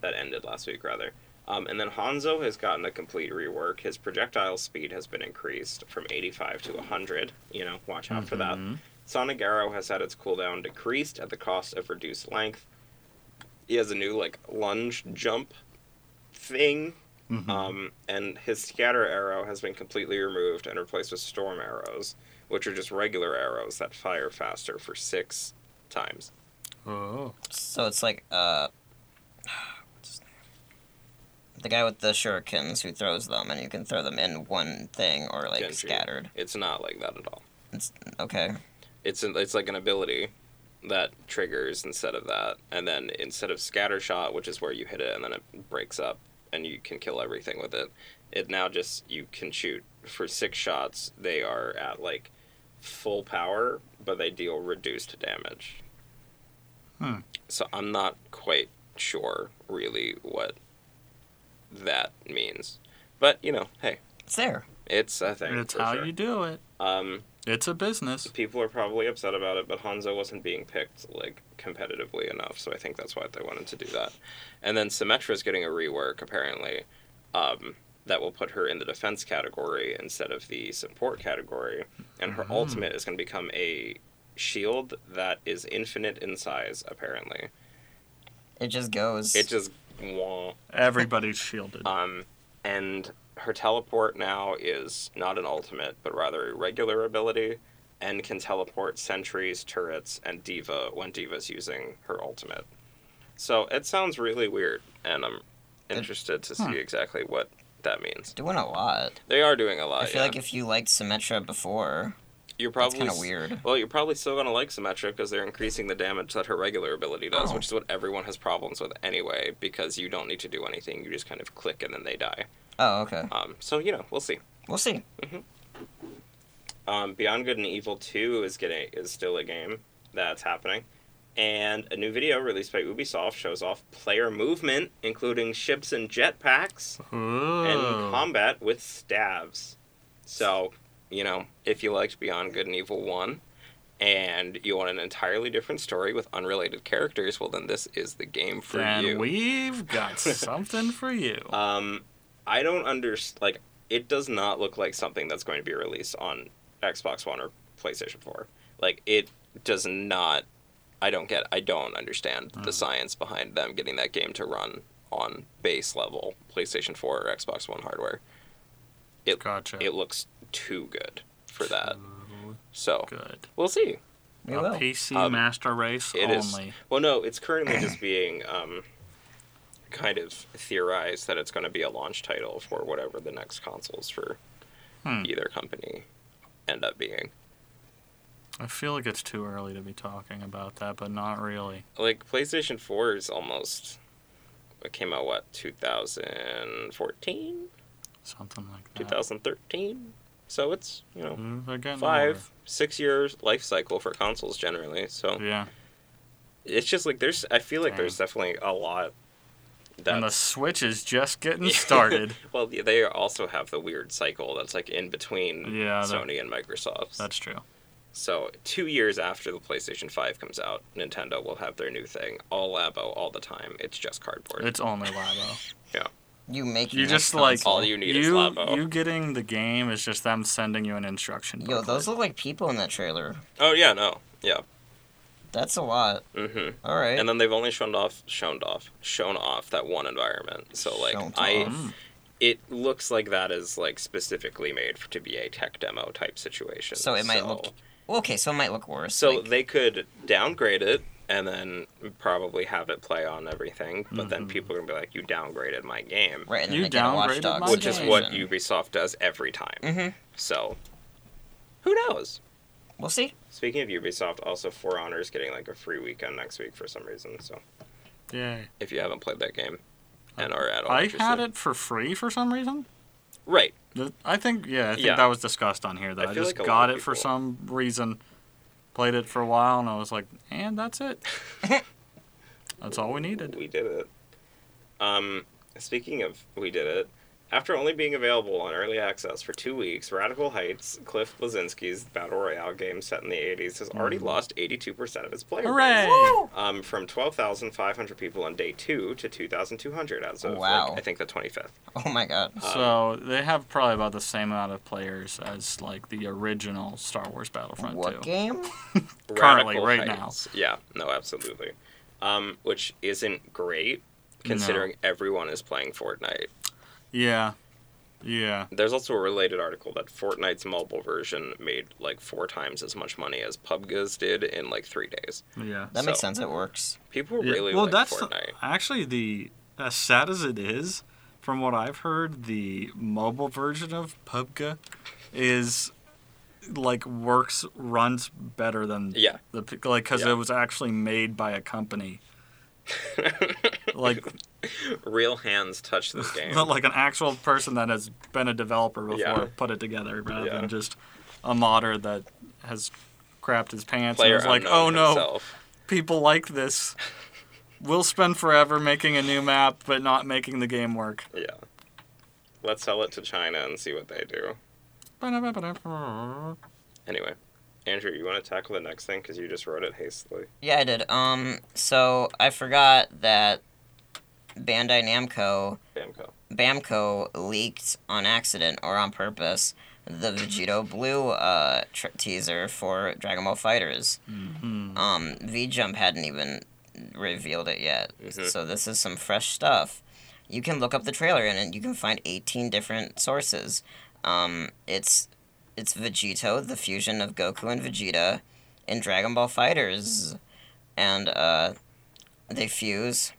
that ended last week rather. Um, and then Hanzo has gotten a complete rework. His projectile speed has been increased from 85 to 100. You know, watch out for that. Mhm. Sonic Arrow has had its cooldown decreased at the cost of reduced length. He has a new like lunge jump thing, Mhm. um, and his scatter arrow has been completely removed and replaced with storm arrows, which are just regular arrows that fire faster for six times. oh. So it's like uh, what's his name? the guy with the shurikens who throws them, and you can throw them in one thing or like Gentry. scattered. It's not like that at all. Okay. It's an, it's like an ability that triggers instead of that, and then instead of scatter shot, which is where you hit it and then it breaks up and you can kill everything with it. It now just you can shoot for six shots. They are at like full power, but they deal reduced damage. Hmm. So I'm not quite sure really what that means, but you know, hey, It's there. it's a thing. It's for how sure. you do it. Um, It's a business. people are probably upset about it, but Hanzo wasn't being picked like competitively enough, so I think that's why they wanted to do that. And then Symmetra's getting a rework apparently, um, that will put her in the defense category instead of the support category, and her ultimate is going to become a shield that is infinite in size. Apparently, It just goes. it just wah. Everybody's shielded. Um, and her teleport now is not an ultimate, but rather a regular ability, and can teleport sentries, turrets, and Diva when Diva's using her ultimate. So it sounds really weird, and I'm interested to see Hmm. exactly what that means. doing a lot. They are doing a lot. I feel Uh, yeah. like if you liked Symmetra before, you're that's probably kind of s- weird. Well, you're probably still gonna like Symmetra because they're increasing the damage that her regular ability does, Oh. which is what everyone has problems with anyway. Because you don't need to do anything; you just kind of click and then they die. Oh, okay. Um, so you know, we'll see. We'll see. um, Beyond Good and Evil Two is getting is still a game that's happening, and a new video released by Ubisoft shows off player movement, including ships and jetpacks, and Ooh. combat with staves. So, you know, if you liked Beyond Good and Evil One, and you want an entirely different story with unrelated characters, well, then this is the game for then you. we've got something for you. Um, I don't understand. Like, it does not look like something that's going to be released on Xbox One or PlayStation Four. Like, it does not. I don't get. I don't understand the science behind them getting that game to run on base level PlayStation Four or Xbox One hardware. It Gotcha. Oh, it looks too good for that. So Good. we'll see. We a will. PC Um, master race It is. only. Well, no, it's currently just being um, kind of theorized that it's going to be a launch title for whatever the next consoles for Hmm. either company end up being. I feel like it's too early to be talking about that, but not really. Like PlayStation Four is almost. It came out what 2014, Uh-huh. Something like that. 2013. So it's you know Mm, They're getting five, Oh, six years life cycle for consoles generally. So older. Yeah. it's just like there's. I feel like there's definitely a lot. And the Switch is just getting started. well, th- they also have the weird cycle that's like in between Yeah, that- Sony and Microsoft. That's true. So two years after the PlayStation Five comes out, Nintendo will have their new thing, all Labo, all the time. It's just cardboard. It's only Labo. You make You your just next like console. All you need is you, Labo. You getting the game is just them sending you an instruction. Yo, booklet. those look like people in that trailer. oh yeah, no, yeah. That's a lot. hmm All right. And then they've only shown off, shown off, shown off that one environment. So like Shown I, Mm. off. it looks like that is like specifically made for to be a tech demo type situation. so it might look. So- Okay, so it might look worse. So like- they could downgrade it and then probably have it play on everything, but then people are gonna be like, "You downgraded my game," Mm-hmm. right, and then You they get a Watch downgraded Dogs my which is what version. Ubisoft does every time. Mhm. So, who knows? We'll see. Speaking of Ubisoft, also For Honor is getting like a free weekend next week for some reason. So Yay. if you haven't played that game, and are at all. I interested. had it for free for some reason. right. Th- I think yeah, I think Yeah. that was discussed on here that I I, feel just like a lot got of it for people- some reason, played it for a while, and I was like, and that's it. that's all we needed. We did it. Um, speaking of we did it, after only being available on early access for two weeks, Radical Heights, Cliff Blazinski's battle royale game set in the 80s, has already lost 82% of its player base. Mm. Hooray! Um, from 12,500 people on day two to 2,200 as of, Wow. like, I think, the 25th. Oh my god. So they have probably about the same amount of players as like the original Star Wars Battlefront What 2. game? Currently, Radical right Heights. Yeah, no, absolutely. Um, which isn't great, considering everyone is playing Fortnite. Yeah, yeah. There's also a related article that Fortnite's mobile version made like four times as much money as PUBG's did in like three days. Yeah. That makes So- sense. It works. People Yeah, really well, like that's the- Fortnite. actually the as sad as it is, from what I've heard, the mobile version of PUBG is like works runs better than Yeah. the p- like because Yeah. it was actually made by a company like Real hands touch this game. not like an actual person that has been a developer before Yeah. put it together rather Yeah. than just a modder that has crapped his pants Player and is like oh Unknown no himself. people like this we'll spend forever making a new map but not making the game work Yeah. Let's sell it to China and see what they do. Well, Anyway, Andrew, you want to tackle the next thing because you just wrote it hastily. Yeah, I did. Um, so I forgot that Bandai Namco Bamco. Bamco leaked on accident or on purpose the Vegito Blue uh, tr- teaser for Dragon Ball Fighters. Um, V Jump hadn't even revealed it yet, Mhm. so this is some fresh stuff. You can look up the trailer and it- you can find eighteen different sources. Um, it's it's Vegito, the fusion of Goku and Vegeta, in Dragon Ball Fighters, and uh, they fuse.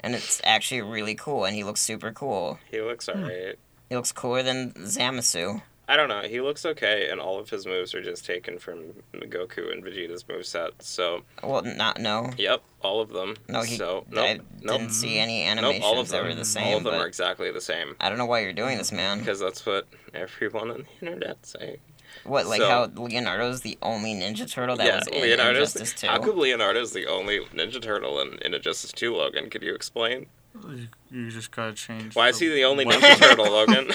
And it's actually really cool, and he looks super cool. He looks Hmm. alright. He looks cooler than Zamasu. I don't know. He looks okay, and all of his moves are just taken from Goku and Vegeta's moveset. So, Well, not no, yep, all of them. no. He so, I nope, nope, didn't see any nope, animations all of that them. were the all same. of them but are exactly the same. I don't know why you're doing this, man. Because that's what everyone on the internet's saying. What like so- how Leonardo's the only Ninja Turtle that yeah, was in Leonardo's. Injustice Two. How come Leonardo's the only Ninja Turtle in, in Injustice 2, Logan? Could you explain? you, you just gotta change. Why is he the only weapon. Ninja Turtle, Logan?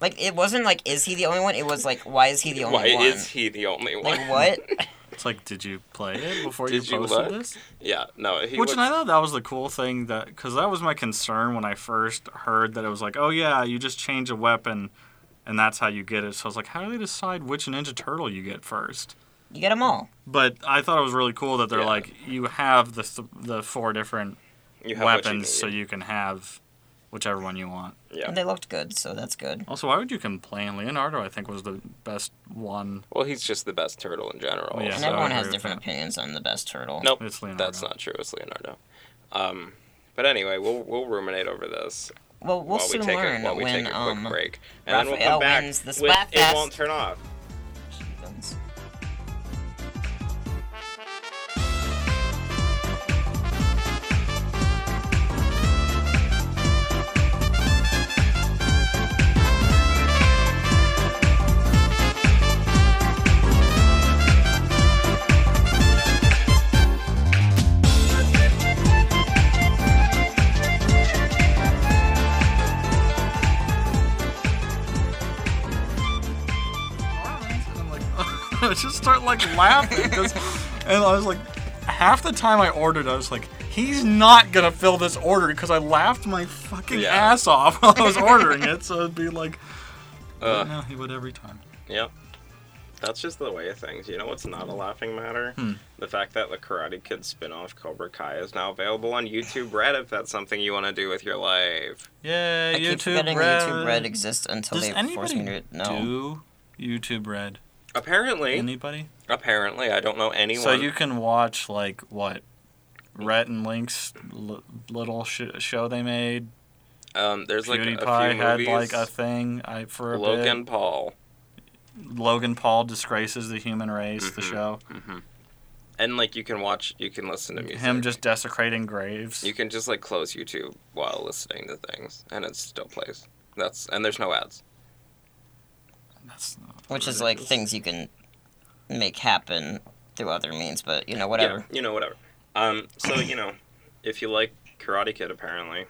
Like it wasn't like is he the only one? It was like why is he the only Why one? is he the only one? Like what? It's like, did you play it before Did you you posted look? this? Yeah, no, he Which looks, and I thought that was the cool thing that because that was my concern when I first heard that it was like, oh yeah, you just change a weapon, and that's how you get it. So I was like, how do they decide which Ninja Turtle you get first? You get them all. But I thought it was really cool that they're Yeah. like, you have the th- the four different you have what weapons, you so need. you can have whichever one you want. yeah. And they looked good, so that's good. Also, why would you complain? Leonardo, I think, was the best one. Well, he's just the best turtle in general. Yeah. And so I everyone agree has with different that. opinions on the best turtle. Nope, It's Leonardo. that's not true. It's Leonardo. Um, but anyway, we'll we'll ruminate over this Well, while we'll we soon take learn a, while we when take a quick um break, and then we'll Raphael come back wins the with Splat it Fest. won't turn off. happens. And I'm like, I just start like laughing 'cause- and I was like, half the time I ordered, I was like, he's not gonna fill this order because I laughed my fucking Yeah. ass off while I was ordering it. So it'd be like, Uh. no, he would every time. Yep. That's just the way of things. You know what's not a laughing matter? Hmm. The fact that the Karate Kid spin-off Cobra Kai is now available on YouTube Red if that's something you want to do with your life. Yeah, I keep forgetting YouTube Red exists until Does they force anybody me to no. do YouTube Red? Apparently, Anybody? apparently, I don't know anyone. So you can watch like what Rhett and Link's l- little sh- show they made. um, there's like a PewDiePie few had movies. like a thing I, for a bit. Logan Paul. Logan Paul disgraces the human race. The Mhm. show. and like you can watch, you can listen to music. Him just desecrating graves. You can just like close YouTube while listening to things, and it still plays. That's and there's no ads. That's not which is like ridiculous. things you can make happen through other means, but you know, whatever. Yeah, you know, whatever. Um, so you know, if you like Karate Kid, apparently,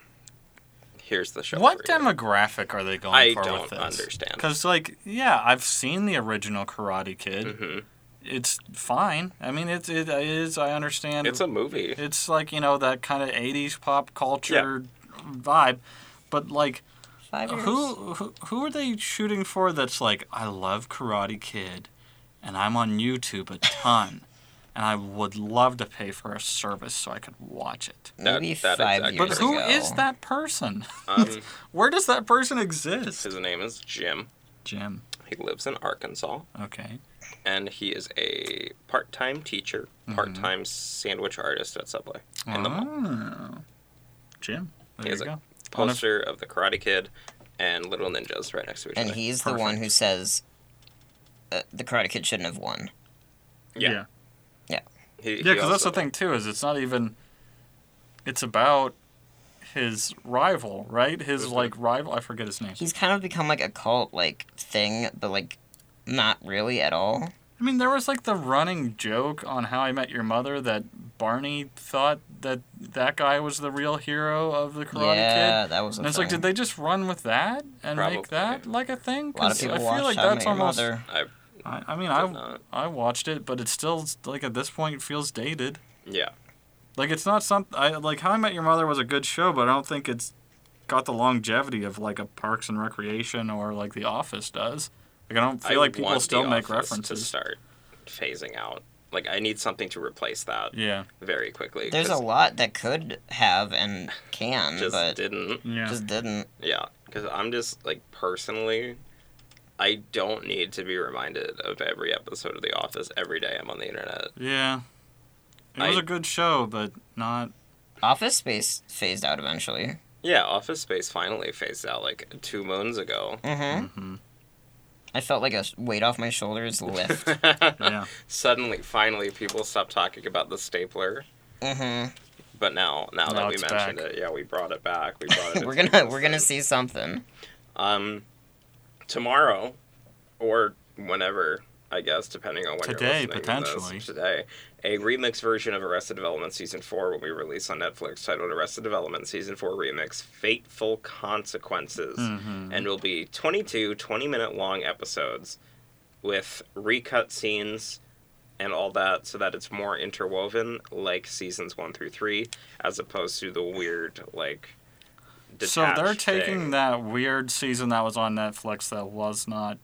here's the show. What for you. demographic are they going I for don't with this? understand. Because like, yeah, I've seen the original Karate Kid. Mhm. It's fine. I mean, it, it is. I understand. It's a movie. It's like you know that kind of '80s pop culture vibe, but like, Five years. Uh, who, who who are they shooting for? That's like, I love Karate Kid, and I'm on YouTube a ton, and I would love to pay for a service so I could watch it. That- Maybe that is five accurate. But years who ago. is that person? Um, Where does that person exist? his name is Jim. Jim. He lives in Arkansas, Okay. and he is a part-time teacher, Mm-hmm. part-time sandwich artist at Subway in the mall. Oh. Jim. There He you has go. a On a- Poster of the Karate Kid and Little Ninjas right next to each And other. he's the one Perfect. who says uh, the Karate Kid shouldn't have won. Yeah. Yeah. He- Yeah, he because that's also- the thing too. Is it's not even. It's about his rival, right? His Mhm. like rival. I forget his name. He's kind of become like a cult like thing, but like not really at all. I mean, there was like the running joke on How I Met Your Mother that Barney thought that that guy was the real hero of the Karate yeah, Kid. that was. A And it's like, thing. did they just run with that and Probably. make that like a thing? a lot of 'Cause people I watched feel like How I that's Met Your almost. Mother. I I, I mean, did I not. I watched it, but it's still like at this point it feels dated. Yeah. Like it's not something I like. How I Met Your Mother was a good show, but I don't think it's got the longevity of like a Parks and Recreation or like The Office does. Like I don't feel I like people want still The make Office To references. start phasing out. Like I need something to replace that Yeah, very quickly. There's a 'cause lot that could have and can, it just but didn't. yeah. just didn't. Yeah, because I'm just like personally, I don't need to be reminded of every episode of The Office every day I'm on the internet. yeah, it I- was a good show, but not. Office Space phased out eventually. Yeah, Office Space finally phased out like two moons ago. Mm-hmm. Mhm. I felt like a s- weight off my shoulders lift. Yeah, Suddenly, finally, people stopped talking about the stapler. mm-hmm. But now, now, Now that we it's mentioned back. it, yeah, we brought it back. We brought it. we're into gonna this we're gonna thing. see something. Um, tomorrow, or whenever, I guess, depending on when Today, you're listening to this, potentially. today, a remix version of Arrested Development season four will be released on Netflix, titled Arrested Development season four remix: Fateful Consequences, Mhm. and will be 22 20 minute long episodes with recut scenes. And all that, so that it's more interwoven, like seasons one through three, as opposed to the weird, like. so they're detached taking thing. that weird season that was on Netflix that was not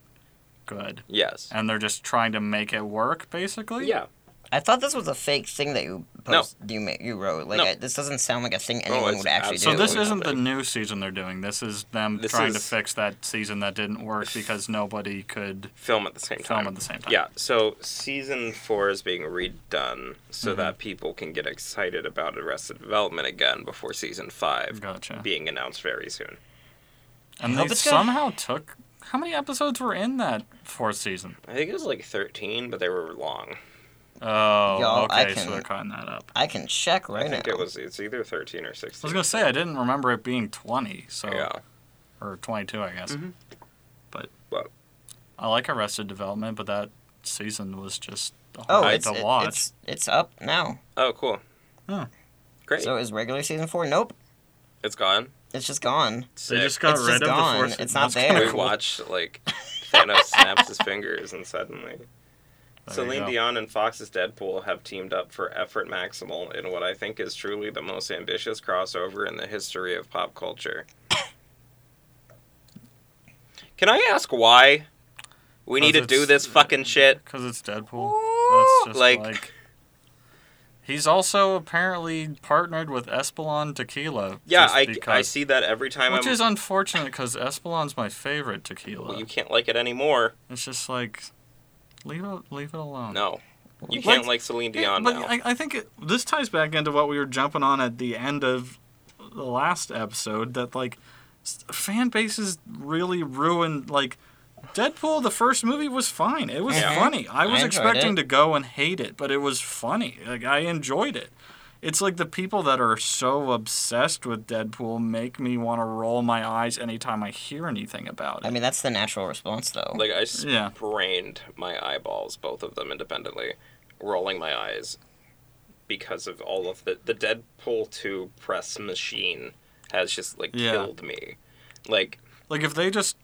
good, Yes. and they're just trying to make it work, basically. Yeah. I thought this was a fake thing that you No. post, you ma- you wrote. Like No. I, this doesn't sound like a thing Oh, anyone it's would actually So do. this Absolutely isn't the nothing. new season they're doing. This is them This trying to is- fix that season that didn't work because nobody could Film at the same time. film at the same time. Yeah, so season four is being redone so Mm-hmm. that people can get excited about Arrested Development again before season five Gotcha. being announced very soon. And hope they it's gonna- somehow took how many episodes were in that fourth season? I think it was like 13, but they were long. Oh, Y'all, I okay, so can- they're cutting that up. I can check right I think now. it was it's either 13 or 16. I was gonna say I didn't remember it being twenty, so Yeah. or twenty-two, I guess. Mhm. But Well- I like Arrested Development, but that season was just oh, hard it's, to it- watch. it's it's up now. Oh, cool. Huh. Great. So is regular season four? Nope, it's gone. it's just gone. they Sick. just got it's rid just of gone. the fourth. It's season. not That's kinda there. we cool. watched like Thanos snaps his fingers and suddenly. There you Celine go. Dion and Fox's Deadpool have teamed up for Effort Maximal in what I think is truly the most ambitious crossover in the history of pop culture. Can I ask why we need to 'Cause do it's- this fucking shit? Because it's Deadpool. That's just Like- like... He's also apparently partnered with Espelon Tequila. Yeah, just I, I because- see that every time Which I'm. is unfortunate because Espelon's my favorite tequila. well, you can't like it anymore. It's just like, leave it, leave it alone. No. You Like- can't like Celine Yeah, Dion but now. I, I think it, this ties back into what we were jumping on at the end of the last episode that like s- fan bases really ruined like Deadpool, the first movie was fine. It was Yeah. funny. I was I enjoyed expecting it. to go and hate it, but it was funny. Like I enjoyed it. It's like the people that are so obsessed with Deadpool make me want to roll my eyes anytime I hear anything about it. I mean, that's the natural response, though. Like I Yeah. sprained my eyeballs, both of them independently, rolling my eyes because of all of the the Deadpool two press machine has just like Yeah. killed me. Like Like if they just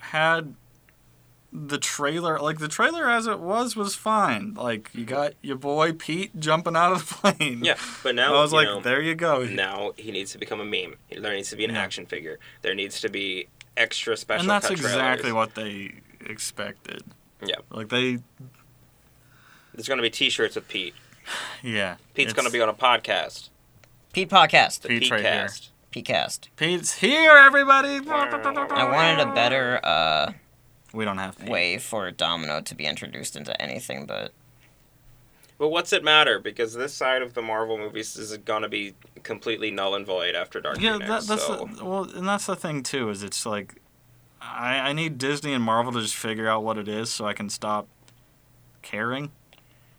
had the trailer, like the trailer as it was was fine. Like you got your boy Pete jumping out of the plane. yeah, but now I was you like, know, there you go. now he needs to become a meme. There needs to be an Yeah. action figure. There needs to be extra special. and that's cut trailers. exactly what they expected. Yeah. Like they, There's gonna be T-shirts with Pete. yeah. it's- Pete's gonna be on a podcast. Pete Podcast. The Pete's Pete right here. Cast. Petecast. Pete's here, everybody. I wanted a better uh, We don't have Pete. way for Domino to be introduced into anything, but But what's it matter? Because this side of the Marvel movies is gonna be completely null and void after Dark Yeah, Phoenix. that, that's so the, well, and that's the thing too. Is it's like, I I need Disney and Marvel to just figure out what it is so I can stop caring.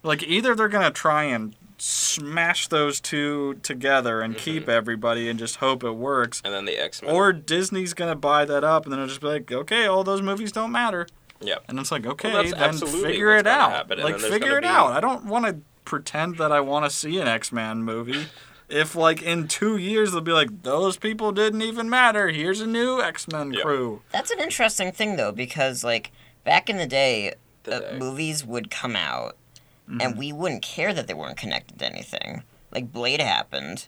Like either they're gonna try and smash those two together and keep everybody and just hope it works, and then the X Men. or Disney's gonna buy that up and then it'll just be like, okay, all those movies don't matter. Yep. And it's like, okay, that's then absolutely figure what's it gonna out. happen, and Like then there's gonna figure it be- out. I don't want to pretend that I want to see an X Men movie. If like in two years they'll be like, those people didn't even matter. Here's a new X Men Yeah. crew. that's an interesting thing, though, because, like, back in the day, The uh, day. movies would come out Mm-hmm. and we wouldn't care that they weren't connected to anything. Like, Blade happened.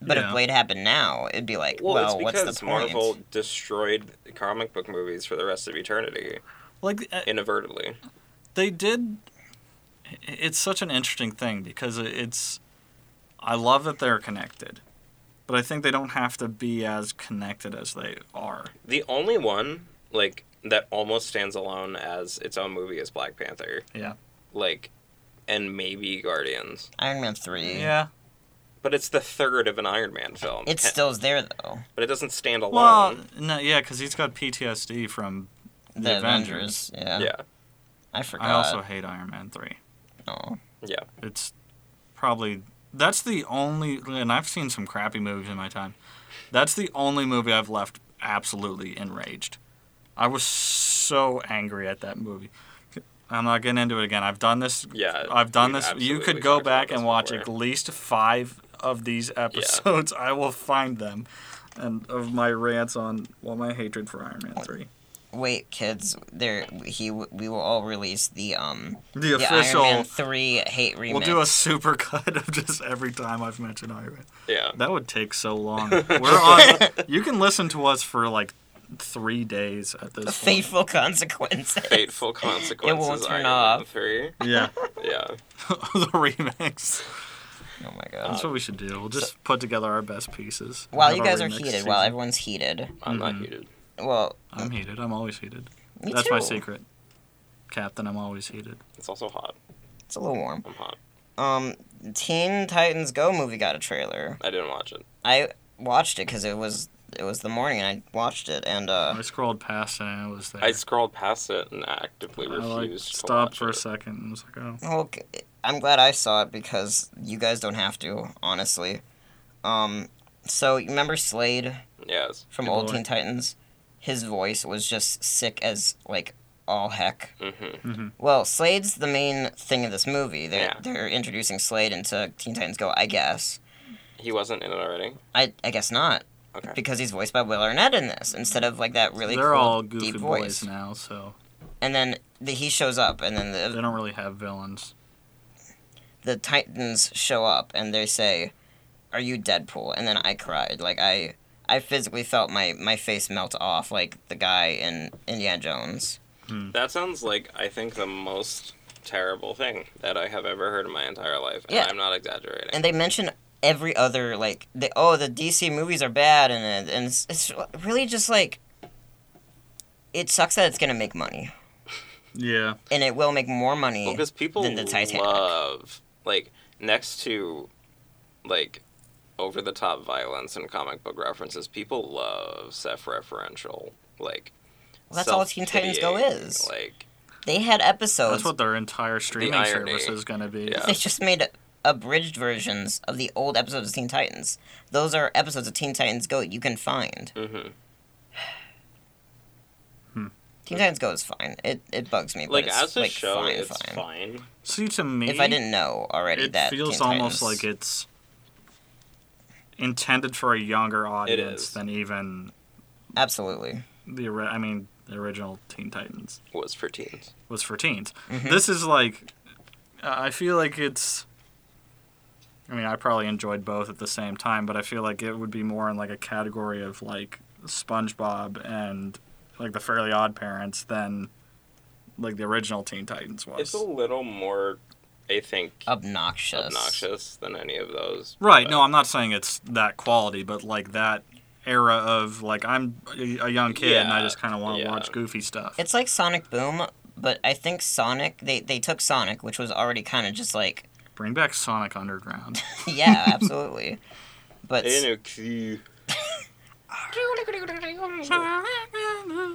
But Yeah. if Blade happened now, it'd be like, well, Well, it's what's because the point? Marvel destroyed comic book movies for the rest of eternity, Like uh, inadvertently. they did. It's such an interesting thing because it- it's. I love that they're connected, but I think they don't have to be as connected as they are. The only one like that almost stands alone as its own movie is Black Panther. Yeah. Like, and maybe Guardians, Iron Man 3. Yeah. but it's the third of an Iron Man film. It Eh, still's there, though. but it doesn't stand alone. Well, no, yeah, because he's got PTSD from The, Avengers. Yeah. yeah, I forgot. I also hate Iron Man 3. Oh. yeah. It's probably that's the only and I've seen some crappy movies in my time. That's the only movie I've left absolutely enraged. I was so angry at that movie. I'm not getting into it again. I've done this. Yeah, I've done we've this. You absolutely could go talked about back this and watch at before. least five of these episodes. I will find them, and of my rants on well, my hatred for Iron Man three. Wait, kids. There, he. We will all release the um. The the official. Iron Man Three hate remix. we'll do a super cut of just every time I've mentioned Iron Man. Yeah. That would take so long. We're on. You can listen to us for like three days at this The point. fateful consequences. Fateful consequences. turn Iron Man off. Three. Yeah, Yeah. the remix. Oh my That's god. what we should do. We'll just put together our best pieces. While Have you our guys are remix heated, season. while everyone's heated. Mm-hmm. I'm not heated. Well, I'm heated. I'm always heated. me That's too. my secret, Captain. I'm always heated. It's also hot. It's a little warm. I'm hot. Um, Teen Titans Go movie got a trailer. I didn't watch it. I watched it because it was it was the morning and I watched it and I uh scrolled past and it was there. I scrolled past it and actively I, refused like to stopped watch for a it. second and was like, oh. well, c- I'm glad I saw it because you guys don't have to honestly. Um, so you remember Slade Yes. from Good Old boy. Teen Titans? His voice was just sick as like all heck. Mm-hmm. Well, Slade's the main thing of this movie. They're, Yeah. they're introducing Slade into Teen Titans Go, I guess. He wasn't in it already. I, I guess not, Okay. because he's voiced by Will Arnett in this instead of like that really They're cool, all goofy deep boys voice. now, so And then the, he shows up, and then they the, don't really have villains. the Titans show up, and they say, "Are you Deadpool?" And then I cried. Like I I physically felt my my face melt off, like the guy in Indiana Jones. That sounds like I think the most terrible thing that I have ever heard in my entire life, and Yeah. I'm not exaggerating. And they mention every other like the oh the DC movies are bad, and and it's, it's really just like it sucks that it's gonna make money, Yeah. and it will make more money. Well, because people than the Titanic. love like next to like over the top violence and comic book references, people love self referential like Well, that's all Teen Titans Go self-pitying, is. Like, They had episodes. That's what their entire streaming irony. service is going to be. Yeah. They just made abridged versions of the old episodes of Teen Titans. Those are episodes of Teen Titans Go you can find. mhm. Teen Titans Go is fine. It it bugs me, but Hmm. like it's as a like show, fine, it's fine. fine. See, to me, If I didn't know already, it that feels Teen almost Titans- like it's intended for a younger audience is. than even absolutely. the. ori- I mean, the original Teen Titans Was for teens. was for teens. Mm-hmm. This is like, I I feel like it's. I mean, I probably enjoyed both at the same time, but I feel like it would be more in like a category of like SpongeBob and like the Fairly Odd Parents than like the original Teen Titans was. It's a little more, I think, Obnoxious. obnoxious than any of those. Right. but- No, I'm not saying it's that quality, but like that era of like I'm a a young kid and I Yeah, just kind of want to yeah. watch goofy stuff. It's like Sonic Boom, but I think Sonic they they took Sonic, which was already kind of just like Bring back Sonic Underground. yeah, absolutely. But Ain't no clue.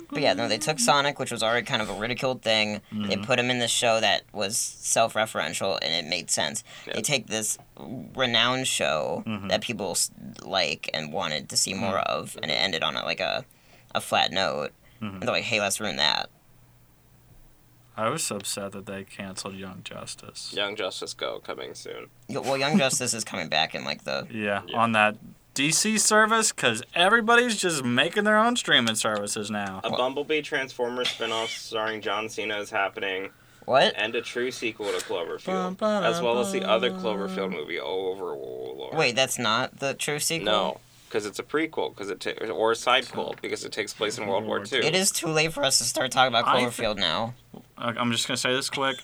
But yeah, no, they took Sonic, which was already kind of a ridiculed thing. They Mm-hmm. put him in this show that was self-referential, and it made sense. Yeah. They take this renowned show Mm-hmm. that people s- like and wanted to see more of, and it ended on a, like a, a flat note. Mm-hmm. And they're like, "Hey, let's ruin that." I was so upset that they canceled Young Justice. Young Justice Go coming soon. Y- Well, Young Justice is coming back in like the Yeah, Yeah. on that DC service because everybody's just making their own streaming services now. A Bumblebee Transformers spinoff starring John Cena is happening, what? and a true sequel to Bum, Cloverfield, bum, as well as the other bum. Cloverfield movie. Overlord. Wait, that's not the true sequel. no, because it's a prequel, because it ta- or a sidequel, because it takes place in World War II. It is too late for us to start talking about I thi- Cloverfield now. I- I'm just gonna say this quick.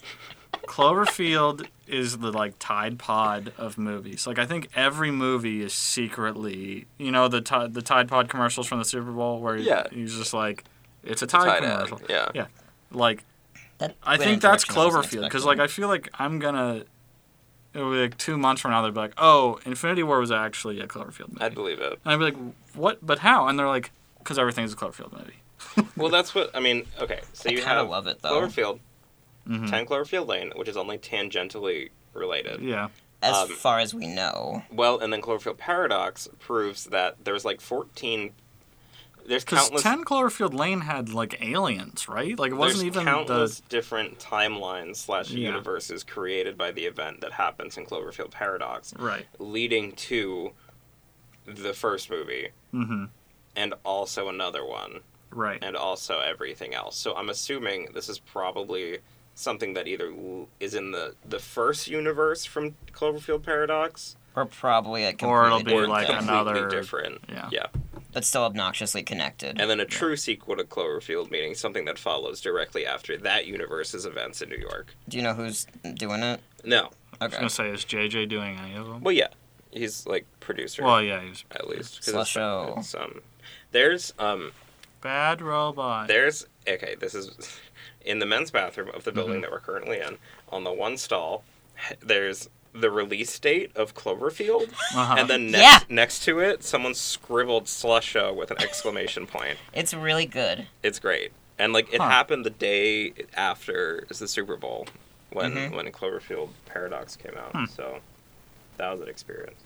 Cloverfield is the like Tide Pod of movies. Like I think every movie is secretly, you know, the Tide the Tide Pod commercials from the Super Bowl where Yeah. he's just like, it's a Tide, Tied in, commercial. Yeah. Yeah. Like That I went in think a that's direction I wasn't Cloverfield because expecting. like I feel like I'm gonna. It'll be like two months from now. They'll be like, "Oh, Infinity War was actually a Cloverfield movie," I'd believe it. and I'd be like, "What? But how?" And they're like, "Cause everything's a Cloverfield movie." Well, that's what I mean. Okay, so I you kinda have love Mm-hmm. it, though. Cloverfield, Mhm. Ten Cloverfield Lane, which is only tangentially related. Yeah. as um, far as we know. Well, and then Cloverfield Paradox proves that there's like 14. There's Because countless. 10 Cloverfield Lane had like aliens, right? Like it wasn't there's even countless the. different timelines slash Yeah. universes created by the event that happens in Cloverfield Paradox, Right. leading to the first movie hmm and also another one Right. and also everything else. So I'm assuming this is probably something that either l- is in the the first universe from Cloverfield Paradox Or probably a completely Or it'll be or different like thing, completely another- different. yeah. Yeah. but still obnoxiously connected. And then a true sequel to Cloverfield, meaning something that follows directly after that universe's events in New York. Do you know who's doing it? No. I was Okay. going to say, is JJ doing any of them? Well, yeah. He's like producer, Well, yeah, he's at least. 'cause Slash O. it's, it's, um, there's um, bad robot. there's okay. This is in the men's bathroom of the building Mm-hmm. that we're currently in. On the one stall, there's the release date of Cloverfield, Uh-huh. and then next Yeah. next to it, someone scribbled Slusho with an exclamation point. It's really good. It's great. And like it Huh. happened the day after is the Super Bowl when Mm-hmm. Mhm. when Cloverfield Paradox came out. Hmm. So that was an experience.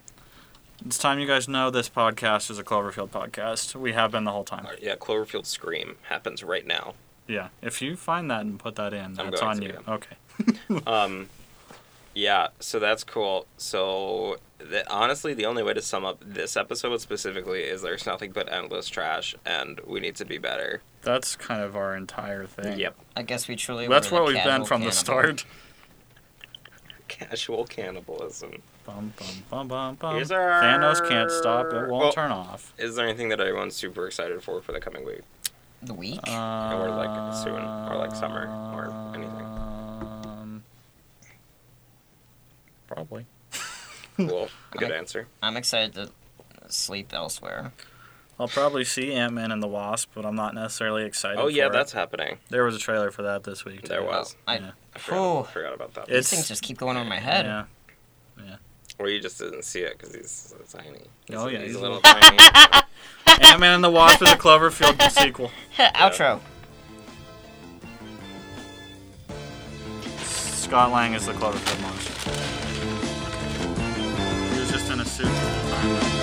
It's time you guys know this podcast is a Cloverfield podcast. We have been the whole time. All right, yeah, Cloverfield Scream happens right now. Yeah. If you find that and put that in, that's going on to, you. yeah. Okay. Um yeah, so that's cool. So the, honestly, the only way to sum up this episode specifically is there's nothing but endless trash and we need to be better. That's kind of our entire thing. Yep. I guess we truly. That's were the what we've been casual from the cannibal. start. Casual cannibalism. Bum, bum, bum, bum, bum. Here's our- Thanos can't stop. It won't Well- turn off. Is there anything that everyone's super excited for for the coming week? The week. or like, soon, or, like, summer, or anything. Um, probably. Cool. Good I- answer. I'm excited to sleep elsewhere. I'll probably see Ant Man and the Wasp, but I'm not necessarily excited. Oh yeah, for it. that's happening. there was a trailer for that this week. Too. There was. I. Yeah. I Whew. forgot, forgot about that. It's- These things just keep going over my head. Yeah, Or you just didn't see it because he's so tiny. He's, Oh, yeah, he's, he's a a little tiny. Ant Man and the Wasp is a Cloverfield sequel. Outro. Scott Lang is the Cloverfield monster. He was just in a suit the whole time.